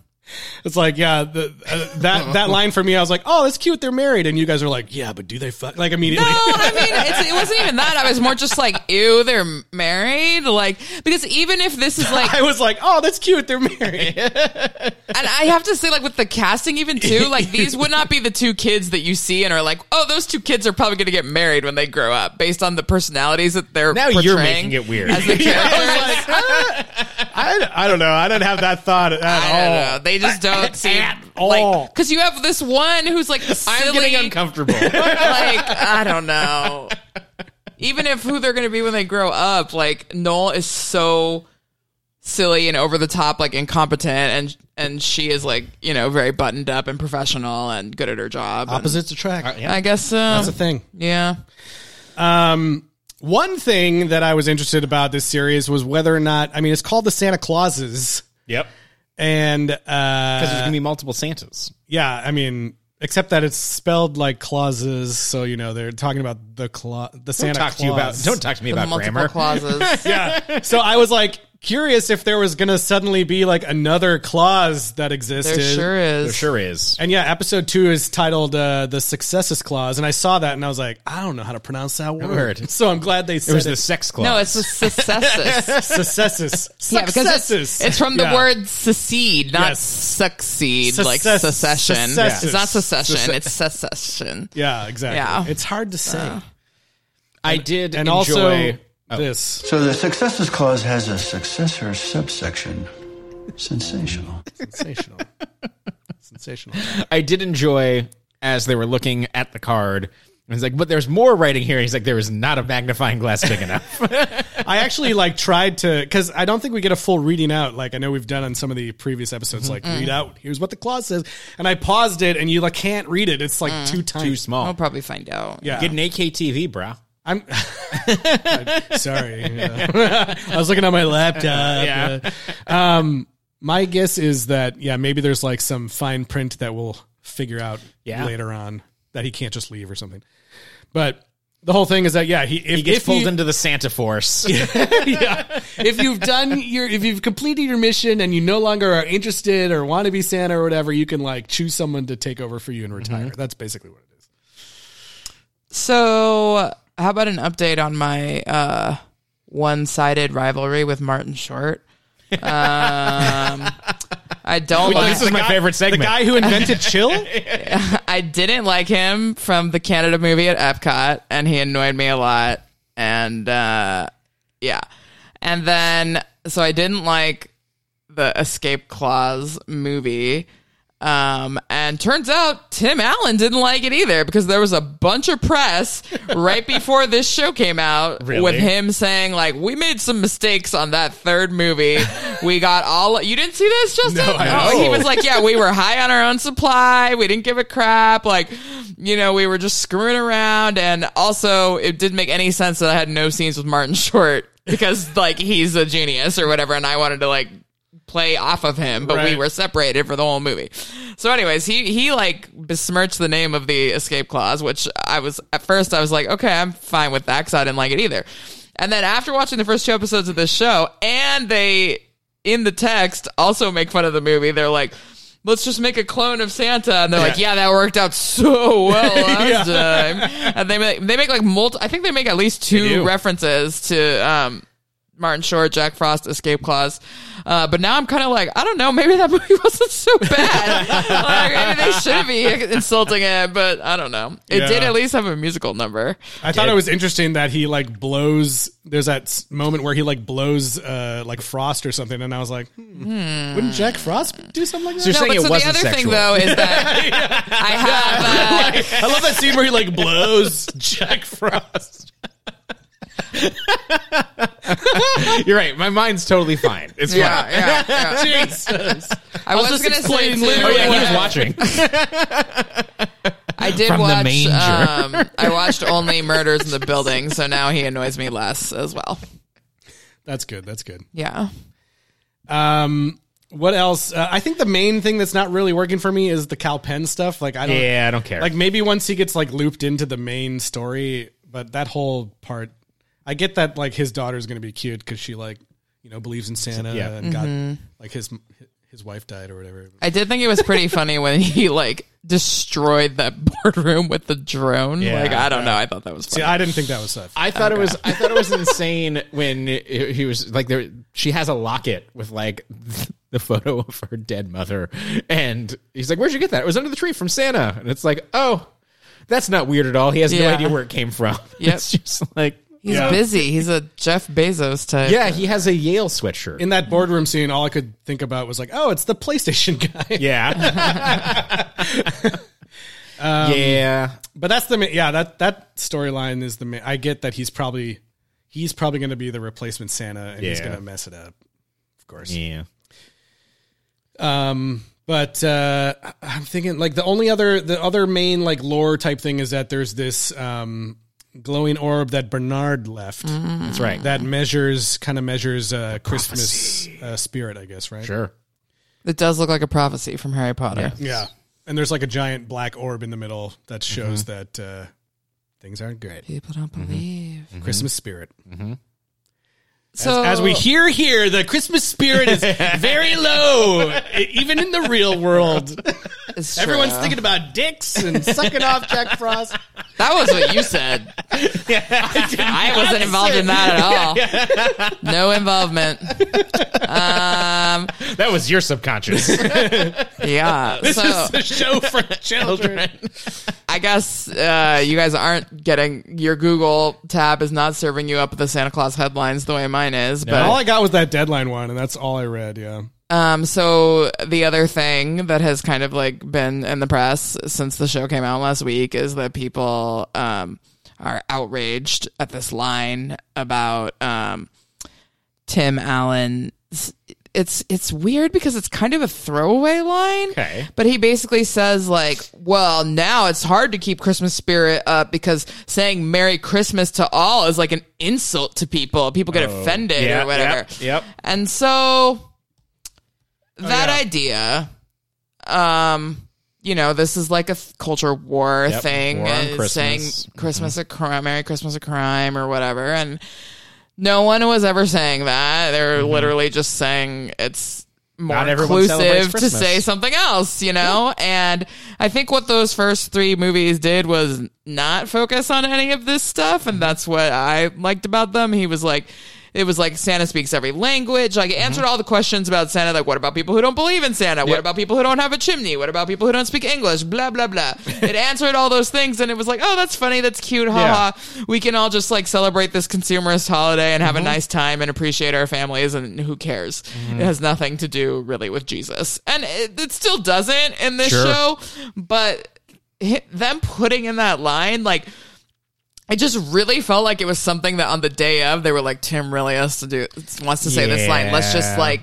S1: It's like, yeah, the, uh, that that line for me, I was like, oh, that's cute. They're married, and you guys were like, yeah, but do they fuck? Like immediately.
S2: No, I mean, it's, it wasn't even that. I was more just like, ew, they're married. Like, because even if this is like,
S1: I was like, oh, that's cute. They're married.
S2: and I have to say, like, with the casting, even too, like, these would not be the two kids that you see and are like, oh, those two kids are probably going to get married when they grow up based on the personalities that they're
S3: Now you're
S2: portraying
S3: making it weird.
S2: As the characters.
S1: I, I don't know. I didn't have that thought at
S2: I don't
S3: uh,
S2: know. They just don't seem
S1: all.
S2: like because you have this one who's like silly,
S3: I'm getting uncomfortable.
S2: like I don't know. Even if who they're going to be when they grow up, like Noel is so silly and over the top, like incompetent, and and she is like you know very buttoned up and professional and good at her job. and-
S1: Opposites
S3: Uh,
S1: attract.
S2: I guess so.
S1: That's a thing.
S2: Yeah.
S1: Um, one thing that I was interested about this series was whether or not. I mean, it's called the Santa Clauses,
S3: yep.
S1: and
S3: Because
S1: uh,
S3: there's gonna be multiple Santas.
S1: yeah, I mean, except that it's spelled like clauses, so you know they're talking about the claw, the
S3: Don't
S1: Santa Claus.
S3: talk to you about. Don't talk to me about
S2: multiple
S3: grammar.
S2: clauses.
S1: yeah. So I was like curious if there was gonna suddenly be like another clause that existed.
S2: There sure is.
S3: There sure is.
S1: And yeah, episode two is titled uh, "The Successes Clause," and I saw that and I was like, I don't know how to pronounce that word.
S3: Word.
S1: So I'm glad they
S3: It
S1: said
S3: was the sex clause.
S2: No, it's the successes.
S1: successes.
S2: Yeah, because
S1: Successes.
S2: it's, it's from the
S1: Yeah.
S2: word secede, not
S1: Yes.
S2: succeed, like
S1: Success-
S2: secession.
S1: successes.
S2: It's not secession,
S1: Succe-
S2: it's secession.
S1: Yeah, exactly.
S2: Yeah.
S1: It's hard to say.
S3: I did
S1: and
S3: enjoy.
S1: also this.
S7: So the successes clause has a successor subsection. Sensational.
S1: Sensational. Sensational.
S3: I did enjoy as they were looking at the card. And he's like, but there's more writing here. He's like, there is not a magnifying glass big enough.
S1: I actually like tried to because I don't think we get a full reading out. Like I know we've done on some of the previous episodes, like read out. Here's what the clause says, and I paused it, and you like can't read it. It's like too tight.
S3: Too small.
S2: I'll probably find out.
S1: Yeah.
S3: Get an AKTV, brah.
S1: I'm sorry. Yeah. I was looking at my laptop.
S3: Yeah.
S1: Uh, um, my guess is that yeah, maybe there's like some fine print that we'll figure out
S3: Yeah.
S1: later on that he can't just leave or something. But the whole thing is that yeah, he if,
S3: He gets
S1: if
S3: pulled
S1: you,
S3: into the Santa Force.
S1: yeah. If you've done your, if you've completed your mission and you no longer are interested or want to be Santa or whatever, you can like choose someone to take over for you and retire. That's basically what it is.
S2: So, how about an update on my uh, one sided rivalry with Martin Short? Um, I don't like,
S3: this is my favorite segment.
S1: The guy who invented chill.
S2: I didn't like him from the Canada movie at Epcot, and he annoyed me a lot. And uh, yeah, and then so I didn't like the Escape Clause movie. Um, and turns out Tim Allen didn't like it either because there was a bunch of press right before this show came out
S3: Really?
S2: with him saying like we made some mistakes on that third movie. we got all you didn't see this, Justin?
S1: No, I
S2: Oh, he
S1: know.
S2: was like, yeah, we were high on our own supply. We didn't give a crap. Like, you know, we were just screwing around. And also, it didn't make any sense that I had no scenes with Martin Short because, like, he's a genius or whatever. And I wanted to, like, play off of him, but we
S1: Right.
S2: were separated for the whole movie. So, anyways, he, he, like, besmirched the name of the escape clause, which I was, at first, I was like, okay, I'm fine with that because I didn't like it either. And then after watching the first two episodes of this show, and they, in the text also make fun of the movie. They're like, let's just make a clone of Santa. And they're like, yeah, that worked out so well last time. And they make, they make like multi, I think they make at least two
S3: do.
S2: references to, um, Martin Short, Jack Frost, Escape Clause. Uh, but now I'm kind of like, I don't know, maybe that movie wasn't so bad. like, maybe they should be insulting it, but I don't know. It
S1: Yeah.
S2: did at least have a musical number.
S1: I thought it was interesting that he like blows. There's that s- moment where he like blows uh, like frost or something, and I was like, hmm, wouldn't Jack Frost do something like that?
S3: So you're saying
S2: so
S3: it
S2: the
S3: wasn't
S2: other thing,
S3: sexual.
S2: though, is that I have. Uh,
S1: I love that scene where he like blows Jack Frost.
S3: You're right. My mind's totally fine. It's
S2: yeah, yeah, yeah.
S1: Jesus.
S2: I was,
S1: just
S2: gonna say
S1: explaining
S2: too,
S1: literally
S3: fine. Oh, yeah, he was
S2: uh,
S3: watching.
S2: I did
S3: from the
S2: watch.
S3: manger.
S2: um, I watched only Murders in the Building, so now he annoys me less as well.
S1: That's good. That's good.
S2: Yeah,
S1: Um, what else? Uh, I think the main thing that's not really working for me is the Cal Penn stuff. Like I don't.
S3: Yeah, I don't care.
S1: Like maybe once he gets like looped into the main story, but that whole part, I get that like his daughter's gonna be cute because she like you know believes in Santa
S3: Yeah.
S1: and got like his his wife died or whatever.
S2: I did think it was pretty funny when he like destroyed that boardroom with the drone.
S3: Yeah.
S2: like I don't know. I thought that was
S1: See,
S2: funny.
S1: I didn't think that was stuff.
S3: I thought it was I thought it was insane when he he was like there she has a locket with like the photo of her dead mother and he's like where'd you get that it was under the tree from Santa and it's like oh that's not weird at all he has no
S2: Yeah.
S3: idea where it came from
S2: Yep.
S3: it's just like
S2: He's busy. He's a Jeff Bezos type.
S3: yeah he has a Yale sweatshirt
S1: In that boardroom scene, all I could think about was like, oh, it's the PlayStation guy.
S3: yeah Um, yeah
S1: But that's the ma- yeah that that storyline is the ma- I get that he's probably he's probably going to be the replacement Santa and he's
S3: Yeah.
S1: going to mess it up, of course.
S3: yeah
S1: Um, but uh, I- I'm thinking like the only other the other main like lore type thing is that there's this um, glowing orb that Bernard left
S3: that's right that
S1: that measures kind of measures uh, Christmas uh, spirit, I guess, right?
S3: sure
S2: It does look like a prophecy from Harry Potter.
S1: Yeah, and there's like a giant black orb in the middle that shows that uh, things aren't great.
S2: People don't
S1: Mm-hmm.
S2: believe.
S1: Christmas spirit.
S2: So
S1: As we hear here, the Christmas spirit is very low, e- even in the real world.
S2: it's
S1: Everyone's
S2: true.
S1: thinking about dicks and sucking off Jack Frost.
S2: that was what you said. I wasn't involved in that at all. No involvement. Um,
S3: that was your subconscious
S2: yeah. so
S1: It's a show for children.
S2: I guess uh, you guys aren't getting your Google tab is not serving you up with the Santa Claus headlines the way mine is. But
S1: All I got was that deadline one, and that's all I read. Yeah,
S2: Um, so the other thing that has kind of like been in the press since the show came out last week is that people um, are outraged at this line about um, Tim Allen. It's it's weird because it's kind of a throwaway line.
S3: Okay.
S2: But he basically says like, well, now it's hard to keep Christmas spirit up because saying Merry Christmas to all is like an insult to people. People get offended
S3: Oh. yeah,
S2: or whatever.
S3: yep, yep.
S2: And so that idea um you know this is like a th- culture war
S3: Yep,
S2: thing
S3: war on
S2: and
S3: Christmas. Mm-hmm.
S2: saying christmas a crime merry christmas a crime or whatever and no one was ever saying that they're literally just saying it's more
S3: Mm-hmm. Not everyone celebrates
S2: inclusive to
S3: Christmas.
S2: say something else you know and i think what those first three movies did was not focus on any of this stuff and that's what i liked about them he was like it was like Santa speaks every language. Like it answered all the questions about Santa. Like what about people who don't believe in Santa? What about people who don't have a chimney? What about people who don't speak English? Blah blah blah. it answered all those things, and it was like, oh, that's funny. That's cute. Ha
S3: Yeah.
S2: ha. We can all just like celebrate this consumerist holiday and have
S3: Mm-hmm.
S2: a nice time and appreciate our families. And who cares? It has nothing to do really with Jesus, and it, it still doesn't in this
S3: Sure.
S2: show. But hi- them putting in that line, like it just really felt like it was something that on the day of they were like Tim really has to do wants to say this line. Let's just
S3: Yeah.
S2: like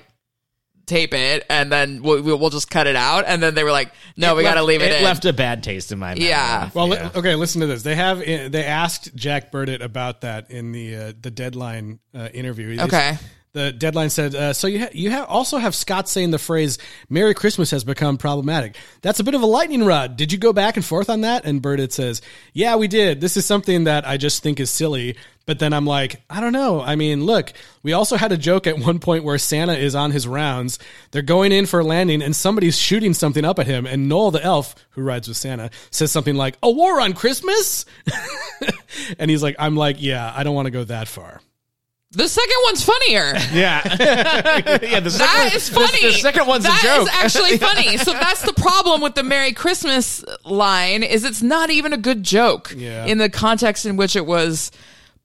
S2: tape it and then we'll, we'll we'll just cut it out. And then they were like, no, we got to leave it, in.
S3: left a bad taste in my mouth
S2: Yeah.
S1: Well, li- okay. Listen to this. They have eh, they asked Jack Burdett about that in the uh, the deadline uh, interview. They-
S2: Okay.
S1: The deadline said, uh, "So you ha- you ha- also have Scott saying the phrase Merry Christmas has become problematic. That's a bit of a lightning rod. Did you go back and forth on that?" And Burdett says, "Yeah, we did. This is something that I just think is silly." But then I'm like, I don't know. I mean, look, we also had a joke at one point where Santa is on his rounds. They're going in for a landing, and somebody's shooting something up at him. And Noel the elf, who rides with Santa, says something like, "A war on Christmas," and he's like, "I'm like, yeah, I don't want to go that far."
S2: The second one's funnier.
S3: yeah the second
S2: That is funny.
S3: the second one's a
S2: That
S3: joke
S2: is actually funny. So that's the problem with the Merry Christmas line is it's not even a good joke
S1: Yeah.
S2: in the context in which it was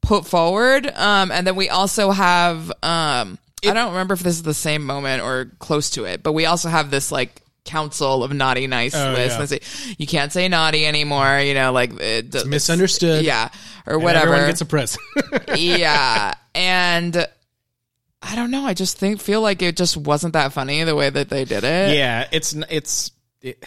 S2: put forward. Um, and then we also have um, I don't remember if this is the same moment or close to it, but we also have this like council of naughty nice
S3: Oh,
S2: list.
S1: yeah.
S2: Let's see. You can't say naughty anymore. You know, like it, it's
S1: misunderstood.
S2: Yeah, or
S1: And
S2: whatever
S1: Everyone gets a press.
S2: yeah. And I don't know. I just think feel like it just wasn't that funny the way that they did it.
S3: yeah it's n- it's it,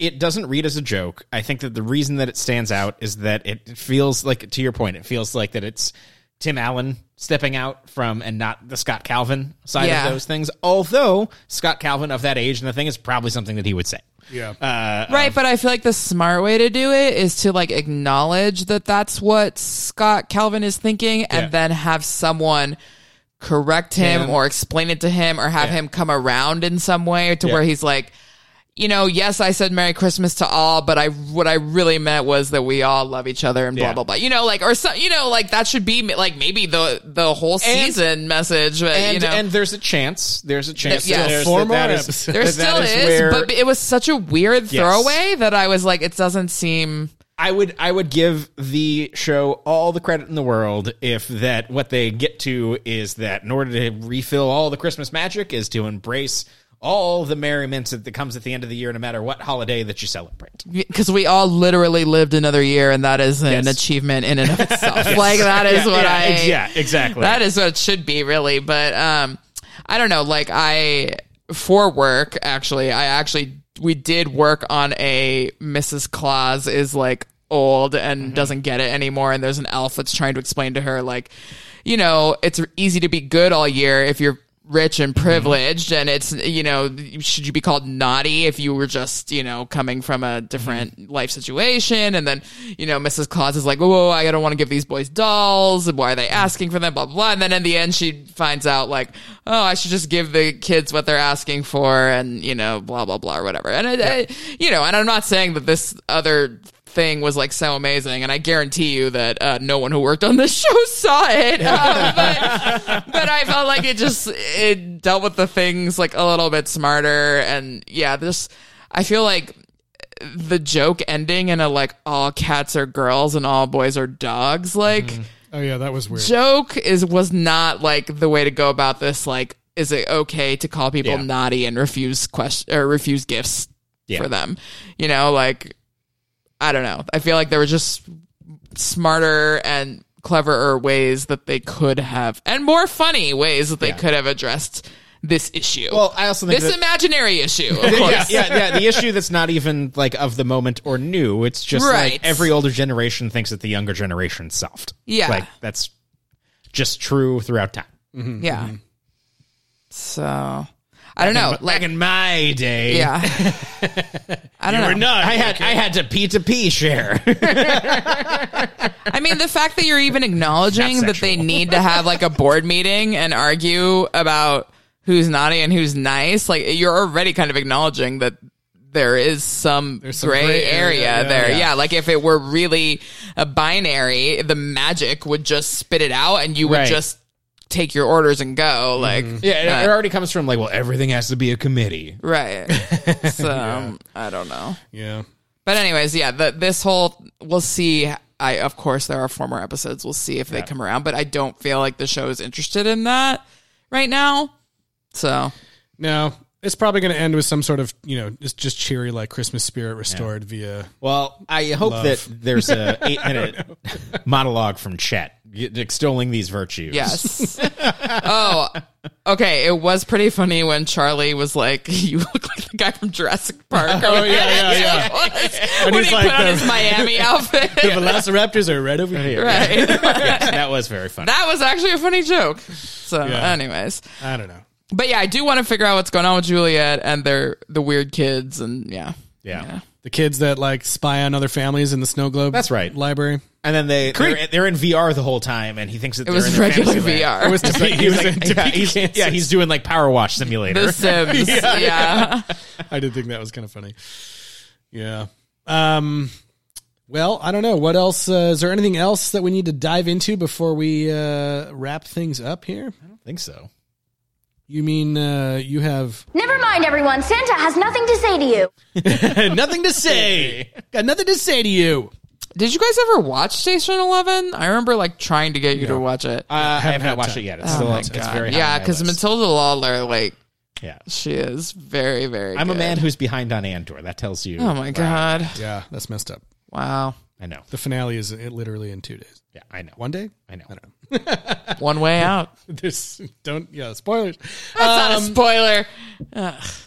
S3: it doesn't read as a joke i think that the reason that it stands out is that it feels like to your point it feels like that it's tim allen stepping out from and not the scott calvin side
S2: Yeah.
S3: of those things although scott calvin of that age and the thing is probably something that he would say
S1: yeah.
S2: Right, but I feel like the smart way to do it is to like acknowledge that that's what Scott Calvin is thinking and
S3: Yeah.
S2: then have someone correct him or explain it to him or have him come around in some way to where he's like, you know, yes, I said Merry Christmas to all, but I what I really meant was that we all love each other and blah
S3: Yeah.
S2: blah blah. You know, like or so, you know, like that should be like maybe the the whole season message, but
S3: and
S2: you know,
S3: and there's a chance. There's a chance.
S2: yeah.
S3: that there's-
S1: Four
S3: that- that
S1: more
S3: is-
S1: episodes.
S2: there
S3: that
S2: still
S3: that
S2: is,
S3: where-
S2: but it was such a weird throwaway that I was like, it doesn't seem.
S3: I would I would give the show all the credit in the world if that what they get to is that in order to refill all the Christmas magic is to embrace all the merriment that comes at the end of the year, no matter what holiday that you celebrate.
S2: because we all literally lived another year, and that is an
S3: Yes.
S2: achievement in and of itself. Like that is what
S3: yeah,
S2: I
S3: ex- yeah, exactly.
S2: That is what it should be, really. But um, I don't know. Like I for work, actually, I actually we did work on a Mrs. Claus is like old and
S3: Mm-hmm.
S2: doesn't get it anymore, and there's an elf that's trying to explain to her like, you know, it's easy to be good all year if you're rich and privileged and it's you know should you be called naughty if you were just you know coming from a different life situation and then you know mrs claus is like whoa i don't want to give these boys dolls and why are they asking for them blah blah blah and then in the end she finds out like oh i should just give the kids what they're asking for and you know blah blah blah or whatever and it, it- you know and i'm not saying that this other thing was like so amazing and i guarantee you that uh, no one who worked on this show saw it Um, but, but i felt like it just it dealt with the things like a little bit smarter and yeah this i feel like the joke ending in a like all cats are girls and all boys are dogs like
S1: Oh yeah, that was weird.
S2: joke is was not like the way to go about this like is it okay to call people
S3: Yeah.
S2: naughty and refuse question or refuse gifts
S3: Yeah.
S2: for them you know like i don't know i feel like there were just smarter and cleverer ways that they could have and more funny ways that they could have addressed this issue
S3: Well, I also think
S2: this
S3: that-
S2: imaginary issue of course.
S3: yeah, yeah, yeah. The issue that's not even like of the moment or new. It's just
S2: Right.
S3: like every older generation thinks that the younger generation's soft.
S2: Yeah.
S3: like that's just true throughout time.
S2: yeah
S3: Mm-hmm.
S2: so i don't know like
S3: in my day,
S2: yeah i don't know
S3: I had I had to P to P share.
S2: I mean, the fact that you're even acknowledging
S3: Not
S2: that they
S3: sexual.
S2: need to have like a board meeting and argue about who's naughty and who's nice, like you're already kind of acknowledging that there is some,
S1: some
S2: gray,
S1: gray
S2: area,
S1: area, yeah,
S2: there. Yeah.
S1: yeah.
S2: Like if it were really a binary, the magic would just spit it out and you would
S3: Right. Mm-hmm.
S2: just take your orders and go. Like,
S3: Yeah,
S2: Uh,
S3: it, it already comes from like, well, everything has to be a committee.
S2: right. So I don't know.
S1: Yeah.
S2: But anyways, yeah, the, this whole we'll see. I of course there are four more episodes. We'll see if they come around, but I don't feel like the show is interested in that right now. So
S1: No, it's probably going to end with some sort of you know it's just cheery like Christmas spirit restored via.
S3: Well, I hope that there's a eight minute monologue from Chet extolling these virtues.
S2: yes. oh, okay. It was pretty funny when Charlie was like, "You look like the guy from Jurassic Park." Oh
S1: yeah, yeah.
S2: when
S1: he's
S2: he
S1: like
S2: put on
S1: the-
S2: his Miami outfit.
S1: The Velociraptors are right over here.
S2: right.
S3: Yes, that was very funny.
S2: that was actually a funny joke. So,
S1: Yeah.
S2: anyways.
S1: I don't know.
S2: But yeah, I do want to figure out what's going on with Juliet and their the weird kids and yeah.
S3: yeah.
S1: The kids that like spy on other families in the snow globe.
S3: That's right.
S1: Library.
S3: and then they they're, they're in VR the whole time, and he thinks that
S2: It
S3: they're
S2: was
S3: in their
S2: regular
S3: fantasy land.
S2: VR.
S1: It was to
S3: But
S1: be.
S3: he was like, yeah, he's,
S1: Kansas.
S3: yeah, he's doing like Power Wash Simulator.
S2: The Sims. yeah.
S1: I did think that was kind of funny. Yeah. Um. Well, I don't know. What else? Uh, is there anything else that we need to dive into before we uh, wrap things up here?
S3: I think so.
S1: You mean uh, you have
S6: Never mind, everyone. Santa has nothing to say to you.
S1: nothing to say? Got nothing to say to you.
S2: Did you guys ever watch Station Eleven? I remember like trying to get you to watch it.
S3: Uh, I haven't
S1: had
S3: watched
S1: time.
S3: it yet. It's still like, it's very high
S2: Oh yeah,
S3: on my
S2: because
S3: list.
S2: Matilda Lawler, like
S3: yeah.
S2: she is very, very.
S3: I'm a
S2: good.
S3: man who's behind on Andor. That tells you.
S2: Oh my god!
S1: Yeah, that's messed up.
S2: Wow.
S3: I know.
S1: The finale is it literally in two days.
S3: Yeah, I know.
S1: One day?
S3: I know.
S1: I don't know.
S2: One way out. Um,
S1: There's don't yeah spoilers.
S2: That's not a spoiler.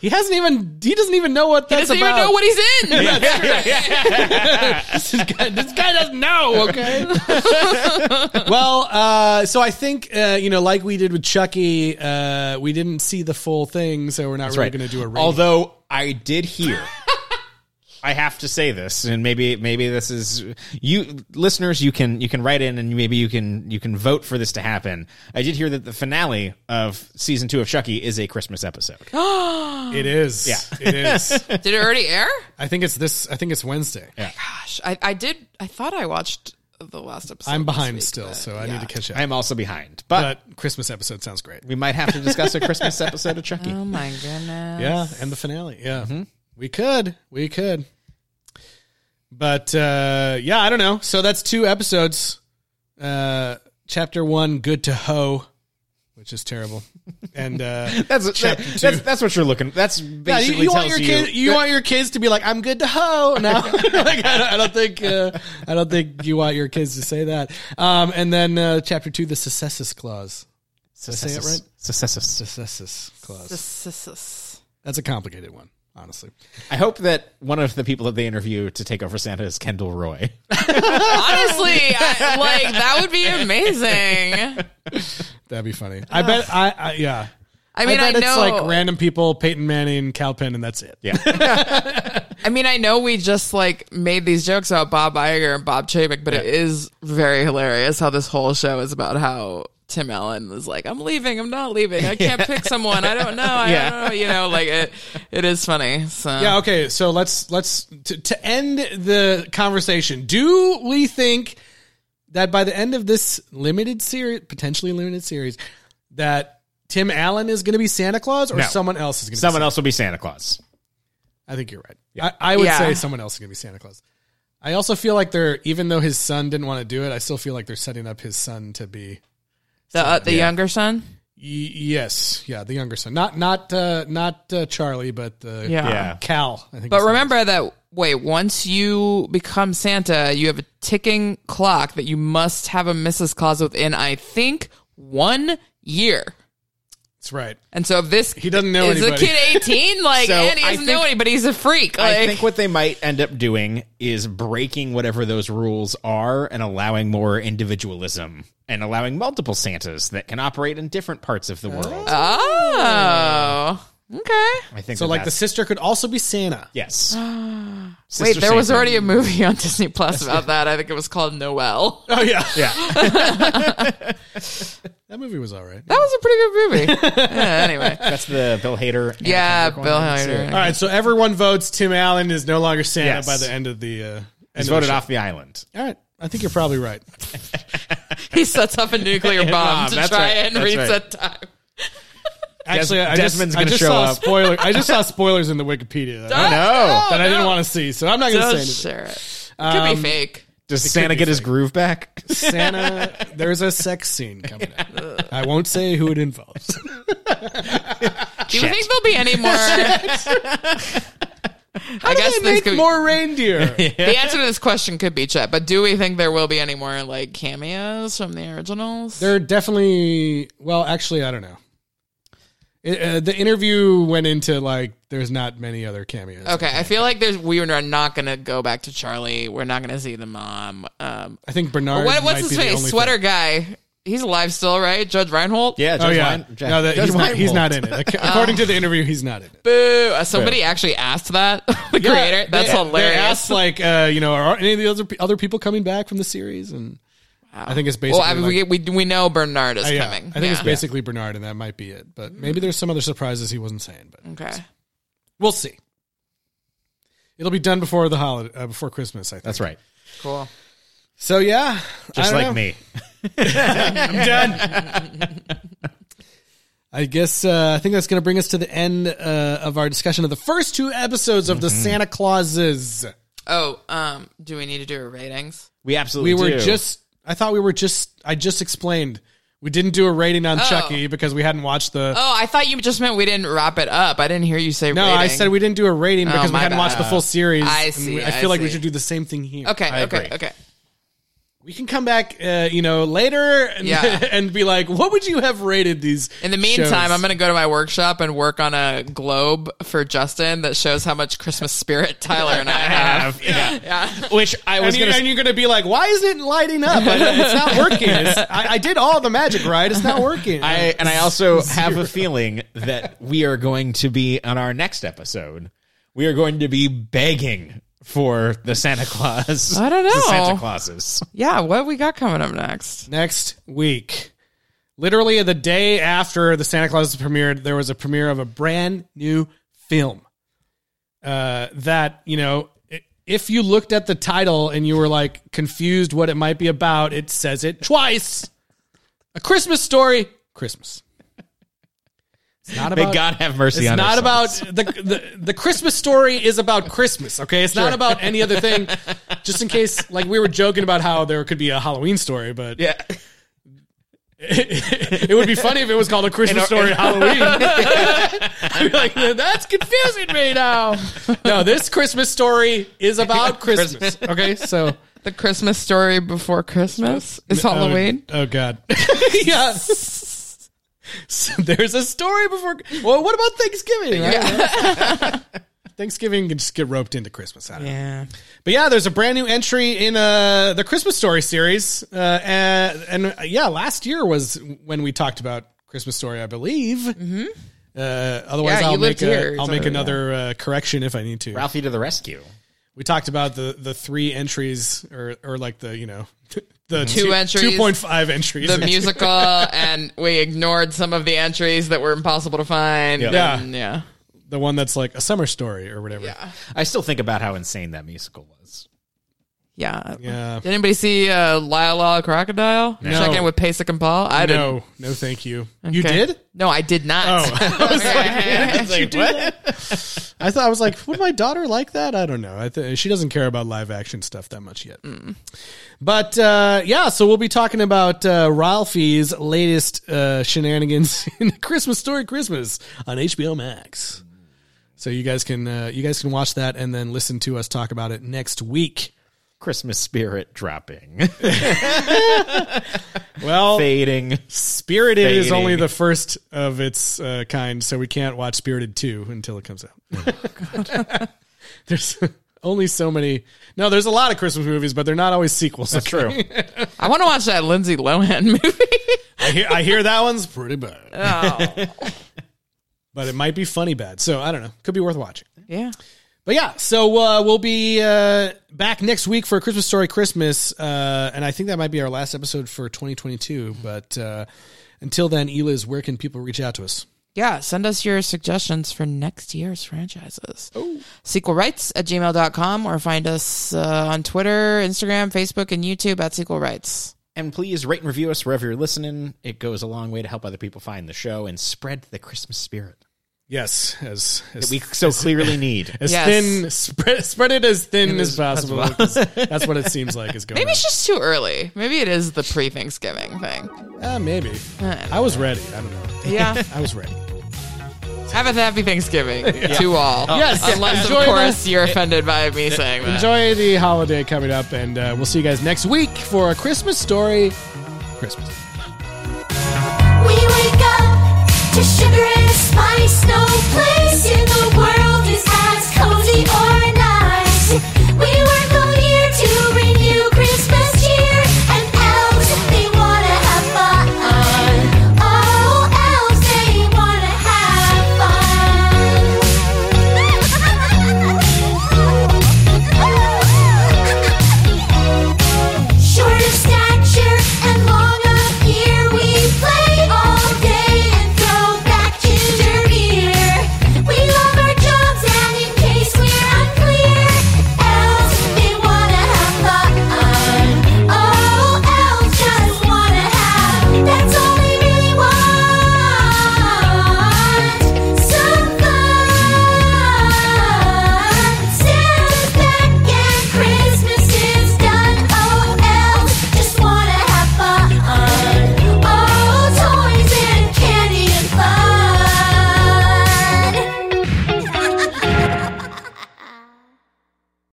S1: He hasn't even he doesn't even know what
S2: He
S1: that's
S2: doesn't
S1: about.
S2: even know what he's in.
S1: this guy doesn't know. Okay. well, uh, so I think uh, you know, like we did with Chucky, uh, we didn't see the full thing, so we're not really going to do a rating.
S3: Although I did hear I have to say this, and maybe maybe this is you listeners. You can you can write in, and maybe you can you can vote for this to happen. I did hear that the finale of season two of Chucky is a Christmas episode.
S1: Oh. It is. Yeah. It is.
S2: Did it already air?
S1: I think it's this. I think it's Wednesday.
S2: Gosh, I, I did. I thought I watched the last episode.
S1: I'm
S2: this
S1: behind
S2: week,
S1: still,
S2: but
S1: so I
S2: yeah.
S1: need to catch up.
S3: I am also behind, but,
S1: but Christmas episode sounds great.
S3: we might have to discuss a Christmas episode of Chucky.
S1: Um,
S2: Oh my goodness.
S1: Yeah, and the finale. Yeah, we could, we could. But uh, yeah, I don't know. So that's two episodes. Uh, chapter one, good to hoe, which is terrible, and uh,
S3: that's, that,
S1: chapter two.
S3: that's that's what you're looking. That's
S1: Yeah,
S3: basically
S1: you, you want
S3: tells
S1: your kids, you want your kids to be like, "I'm good to hoe." No, like, I, don't, I don't think uh, I don't think you want your kids to say that. Um, and then uh, chapter two, the secessus clause. Did I say it right?
S3: Secessus.
S1: Secessus clause.
S2: Sis-
S1: That's a complicated one, honestly.
S3: I hope that one of the people that they interview to take over Santa is Kendall Roy.
S2: Honestly, I, like that would be amazing.
S1: That'd be funny. I bet. I, I yeah.
S2: I mean, I,
S1: bet it's
S2: know.
S1: like random people, Peyton Manning, Calpin, and that's it.
S3: Yeah.
S2: I mean, I know we just like made these jokes about Bob Iger and Bob Chapek, but it is very hilarious how this whole show is about how Tim Allen was like, "I'm leaving. I'm not leaving. I can't pick someone. I don't know. I
S3: Yeah.
S2: don't know." You know, like it. It is funny. So
S1: Yeah. Okay. So let's let's to, to end the conversation. Do we think that by the end of this limited series, potentially limited series, that Tim Allen is going to be Santa Claus or
S3: No.
S1: someone else is going to
S3: Someone
S1: be
S3: else will be Santa Claus.
S1: Santa- I think you're right. I, I would
S2: Yeah.
S1: say someone else is going to be Santa Claus. I also feel like they're even though his son didn't want to do it, I still feel like they're setting up his son to be
S2: the uh, the younger son.
S1: Y- yes, yeah, the younger son, not not uh, not uh, Charlie, but uh,
S2: Yeah.
S3: Yeah.
S1: Cal. I think.
S2: But
S1: his name
S2: remember that wait, once you become Santa, you have a ticking clock that you must have a Mrs. Claus within I think 1 year.
S1: is. that's right.
S2: And so if this
S1: He doesn't know
S2: is
S1: anybody.
S2: the kid 18 like
S3: So,
S2: and he
S3: I
S2: doesn't know
S3: think-
S2: anybody, he's a freak. Like
S3: I think what they might end up doing is breaking whatever those rules are and allowing more individualism and allowing multiple Santas that can operate in different parts of the world.
S2: Oh. Okay.
S3: I think
S1: So
S3: that
S1: like the
S3: that's-
S1: sister could also be Santa.
S3: yes.
S2: Wait,
S3: Sister
S2: there was
S3: Santa.
S2: already a movie on Disney Plus about that. I think it was called Noel.
S1: Oh yeah,
S3: yeah.
S1: that movie was all right.
S2: That was a pretty good movie. Yeah, anyway.
S3: That's the Bill Hader. Anna
S2: Yeah,
S3: Kendrick
S2: Bill
S3: one. That's it.
S2: Hader.
S1: All right, so everyone votes Tim Allen is no longer Santa
S3: Yes.
S1: by the end of the. Uh, end of
S3: He's
S1: the
S3: voted
S1: show.
S3: off the island.
S1: All right, I think you're probably right.
S2: He sets up a nuclear bomb to
S3: that's
S2: try
S3: right,
S2: and
S3: that's
S2: reset time.
S1: Actually, I
S3: Desmond's
S1: just, I
S3: gonna
S1: just
S3: show
S1: saw
S3: up.
S1: spoiler. I just saw spoilers in the Wikipedia that,
S2: Oh,
S3: no.
S1: that I didn't want to see, so I'm not going to say
S2: Don't
S1: anything.
S2: share Oh, it. Could
S3: Um,
S2: be fake.
S3: Does Santa
S1: be
S3: get his
S1: fake.
S3: groove back?
S1: Santa, there's a sex scene coming up. I won't say who it involves.
S2: Do you think there'll be any more? I guess this could,
S1: more reindeer.
S2: the answer to this question could be Chet, but do we think there will be any more like cameos from the originals?
S1: They're definitely. Well, actually, I don't know. It, uh, the interview went into like there's not many other cameos.
S2: okay, I feel like there's we are not going to go back to Charlie. We're not going to see the mom. Um,
S1: I think Bernard.
S2: what,
S1: might
S2: what's his
S1: be the
S2: face?
S1: only
S2: Sweater
S1: thing-
S2: guy. He's alive still, right? Judge Reinhold.
S3: Yeah,
S1: Oh
S3: Judge
S1: yeah,
S3: Wein- Judge-
S1: no, that,
S3: Judge
S1: he's, not, he's
S3: Weinhold.
S1: not in it. Ac- According
S2: Um,
S1: to the interview, he's not in it.
S2: Boo! Uh, Somebody actually asked that the creator. That's
S1: they,
S2: hilarious.
S1: They asked like, uh, you know, are any of the other pe- other people coming back from the series? And I think it's basically.
S2: well, I mean,
S1: like-
S2: we, we we know Bernard is
S1: Oh, yeah,
S2: coming.
S1: I think it's
S2: Yeah. Hmm.
S1: basically Bernard, and that might be it. But maybe there's some other surprises he wasn't saying. But
S2: okay.
S1: we'll see. It'll be done before the holiday, uh, before Christmas. I think
S3: That's right.
S2: Cool.
S1: So yeah,
S3: Just
S1: I don't
S3: like
S1: know.
S3: me.
S1: I guess uh, I think that's going to bring us to the end uh, of our discussion of the first two episodes of the
S3: Mm-hmm.
S1: Santa Clauses.
S2: Oh, um, do we need to do our ratings?
S3: We absolutely
S1: We were
S3: do.
S1: just. I thought we were just. I just explained. We didn't do a rating on
S2: Oh.
S1: Chucky because we hadn't watched the.
S2: Oh, I thought you just meant we didn't wrap it up. I didn't hear you say
S1: no,
S2: rating. Oh,
S1: I said we didn't do a rating because we
S2: my
S1: hadn't
S2: bad.
S1: watched the full series.
S2: I
S1: and
S2: see,
S1: we- I
S2: I
S1: feel like we
S2: see.
S1: should do the same thing here.
S2: Okay,
S3: I
S2: okay,
S3: agree.
S2: okay.
S1: We can come back, uh, you know, later and,
S2: Yeah.
S1: and be like, what would you have rated these?
S2: In the meantime,
S1: shows?
S2: I'm going to go to my workshop and work on a globe for Justin that shows how much Christmas spirit Tyler and I have.
S3: have. Yeah. Which I
S1: And,
S3: was
S1: you,
S3: going to
S1: and you're going to be like, why isn't it lighting up? I- it's not working. It's, I, I did all the magic, right? It's not working.
S3: I and I also have a feeling that we are going to be on our next episode. We are going to be begging for the Santa Claus.
S2: I don't
S3: the
S2: know.
S3: Santa Clauses.
S2: Yeah, what we got coming up next?
S1: Next week, literally the day after the Santa Claus premiered, there was a premiere of a brand new film. Uh, that you know, i- if you looked at the title and you were like confused what it might be about, it says it twice. A Christmas story, Christmas. It's not
S3: May
S1: about
S3: God have mercy
S1: it's
S3: on
S1: not about
S3: ourselves.
S1: the, the the Christmas story is about Christmas. Okay, it's not about any other thing. Just in case, like we were joking about how there could be a Halloween story, but
S3: Yeah.
S1: it would be funny if it was called a Christmas story Halloween. I'd be like, that's confusing me now. No, this Christmas story is about Christmas. Okay, so
S2: The Christmas story before Christmas is Halloween.
S1: Oh, oh, God, yeah. So there's a story before. Well, what about Thanksgiving? right? Thanksgiving can just get roped into Christmas. I don't know.
S2: Yeah.
S1: But yeah, there's a brand new entry in uh, the Christmas Story series, uh, and, and uh, yeah, last year was when we talked about Christmas Story, I believe. Mm-hmm. Uh, otherwise,
S2: Yeah, you
S1: I'll make
S2: lived here,
S1: a, I'll
S2: so,
S1: make
S2: yeah.
S1: another uh, correction if I need to.
S3: Ralphie to the rescue.
S1: We talked about the the three entries, or or like the you know the
S2: Two entries.
S1: two point five entries,
S2: The musical, and we ignored some of the entries that were impossible to find.
S1: Yeah.
S2: and yeah.
S1: the one that's like a summer story or whatever. Yeah,
S3: I still think about how insane that musical was.
S2: Yeah.
S1: Yeah.
S2: Did anybody see uh, Lyle Lyle Crocodile?
S1: No.
S2: Check in with Pasek and Paul? I didn't.
S1: no, no, thank you. You
S2: Okay.
S1: did.
S2: No, I did not.
S1: I was like, what? I thought I was like, would my daughter like that? I don't know. I th- she doesn't care about live action stuff that much yet. But uh, yeah, so we'll be talking about uh, Ralphie's latest uh, shenanigans in Christmas Story Christmas on HBO Max. So you guys can uh, you guys can watch that and then listen to us talk about it next week.
S3: Christmas spirit dropping,
S1: Well,
S3: fading.
S1: Spirited is
S3: Fading.
S1: only the first of its uh, kind, so we can't watch Spirited 2 until it comes out. there's only so many. No, there's a lot of Christmas movies, but they're not always sequels. That's
S3: True.
S2: I want to watch that Lindsay Lohan movie.
S1: I hear, I hear that one's pretty bad. Oh. But it might be funny bad. So I don't know. Could be worth watching.
S2: yeah.
S1: But yeah, so uh, we'll be uh, back next week for Christmas Story Christmas, uh, and I think that might be our last episode for 2022. But uh, until then, Eliz, where can people reach out to us?
S2: Yeah, send us your suggestions for next year's franchises. Oh. Sequel rights at gmail.com or find us uh, on Twitter, Instagram, Facebook, and YouTube at sequel rights.
S3: And please rate and review us wherever you're listening. It goes a long way to help other people find the show and spread the Christmas spirit
S1: Yes, as,
S3: that
S1: as
S3: we so clearly need.
S1: as
S2: Yes.
S1: thin spread, spread it as thin as possible. 'cause That's what it seems like is going.
S2: Maybe
S1: on.
S2: it's just too early. Maybe it is the pre Thanksgiving thing.
S1: Ah, maybe. I was ready. I don't know.
S2: Yeah.
S1: I was ready.
S2: Have a happy Thanksgiving to all.
S1: Yes.
S2: Unless,
S1: Enjoy the-
S2: of course, you're offended by me saying that.
S1: Enjoy the holiday coming up, and uh, we'll see you guys next week for a Christmas story. Christmas.
S9: We wake up to sugar and spice. No place in the world is as cozy or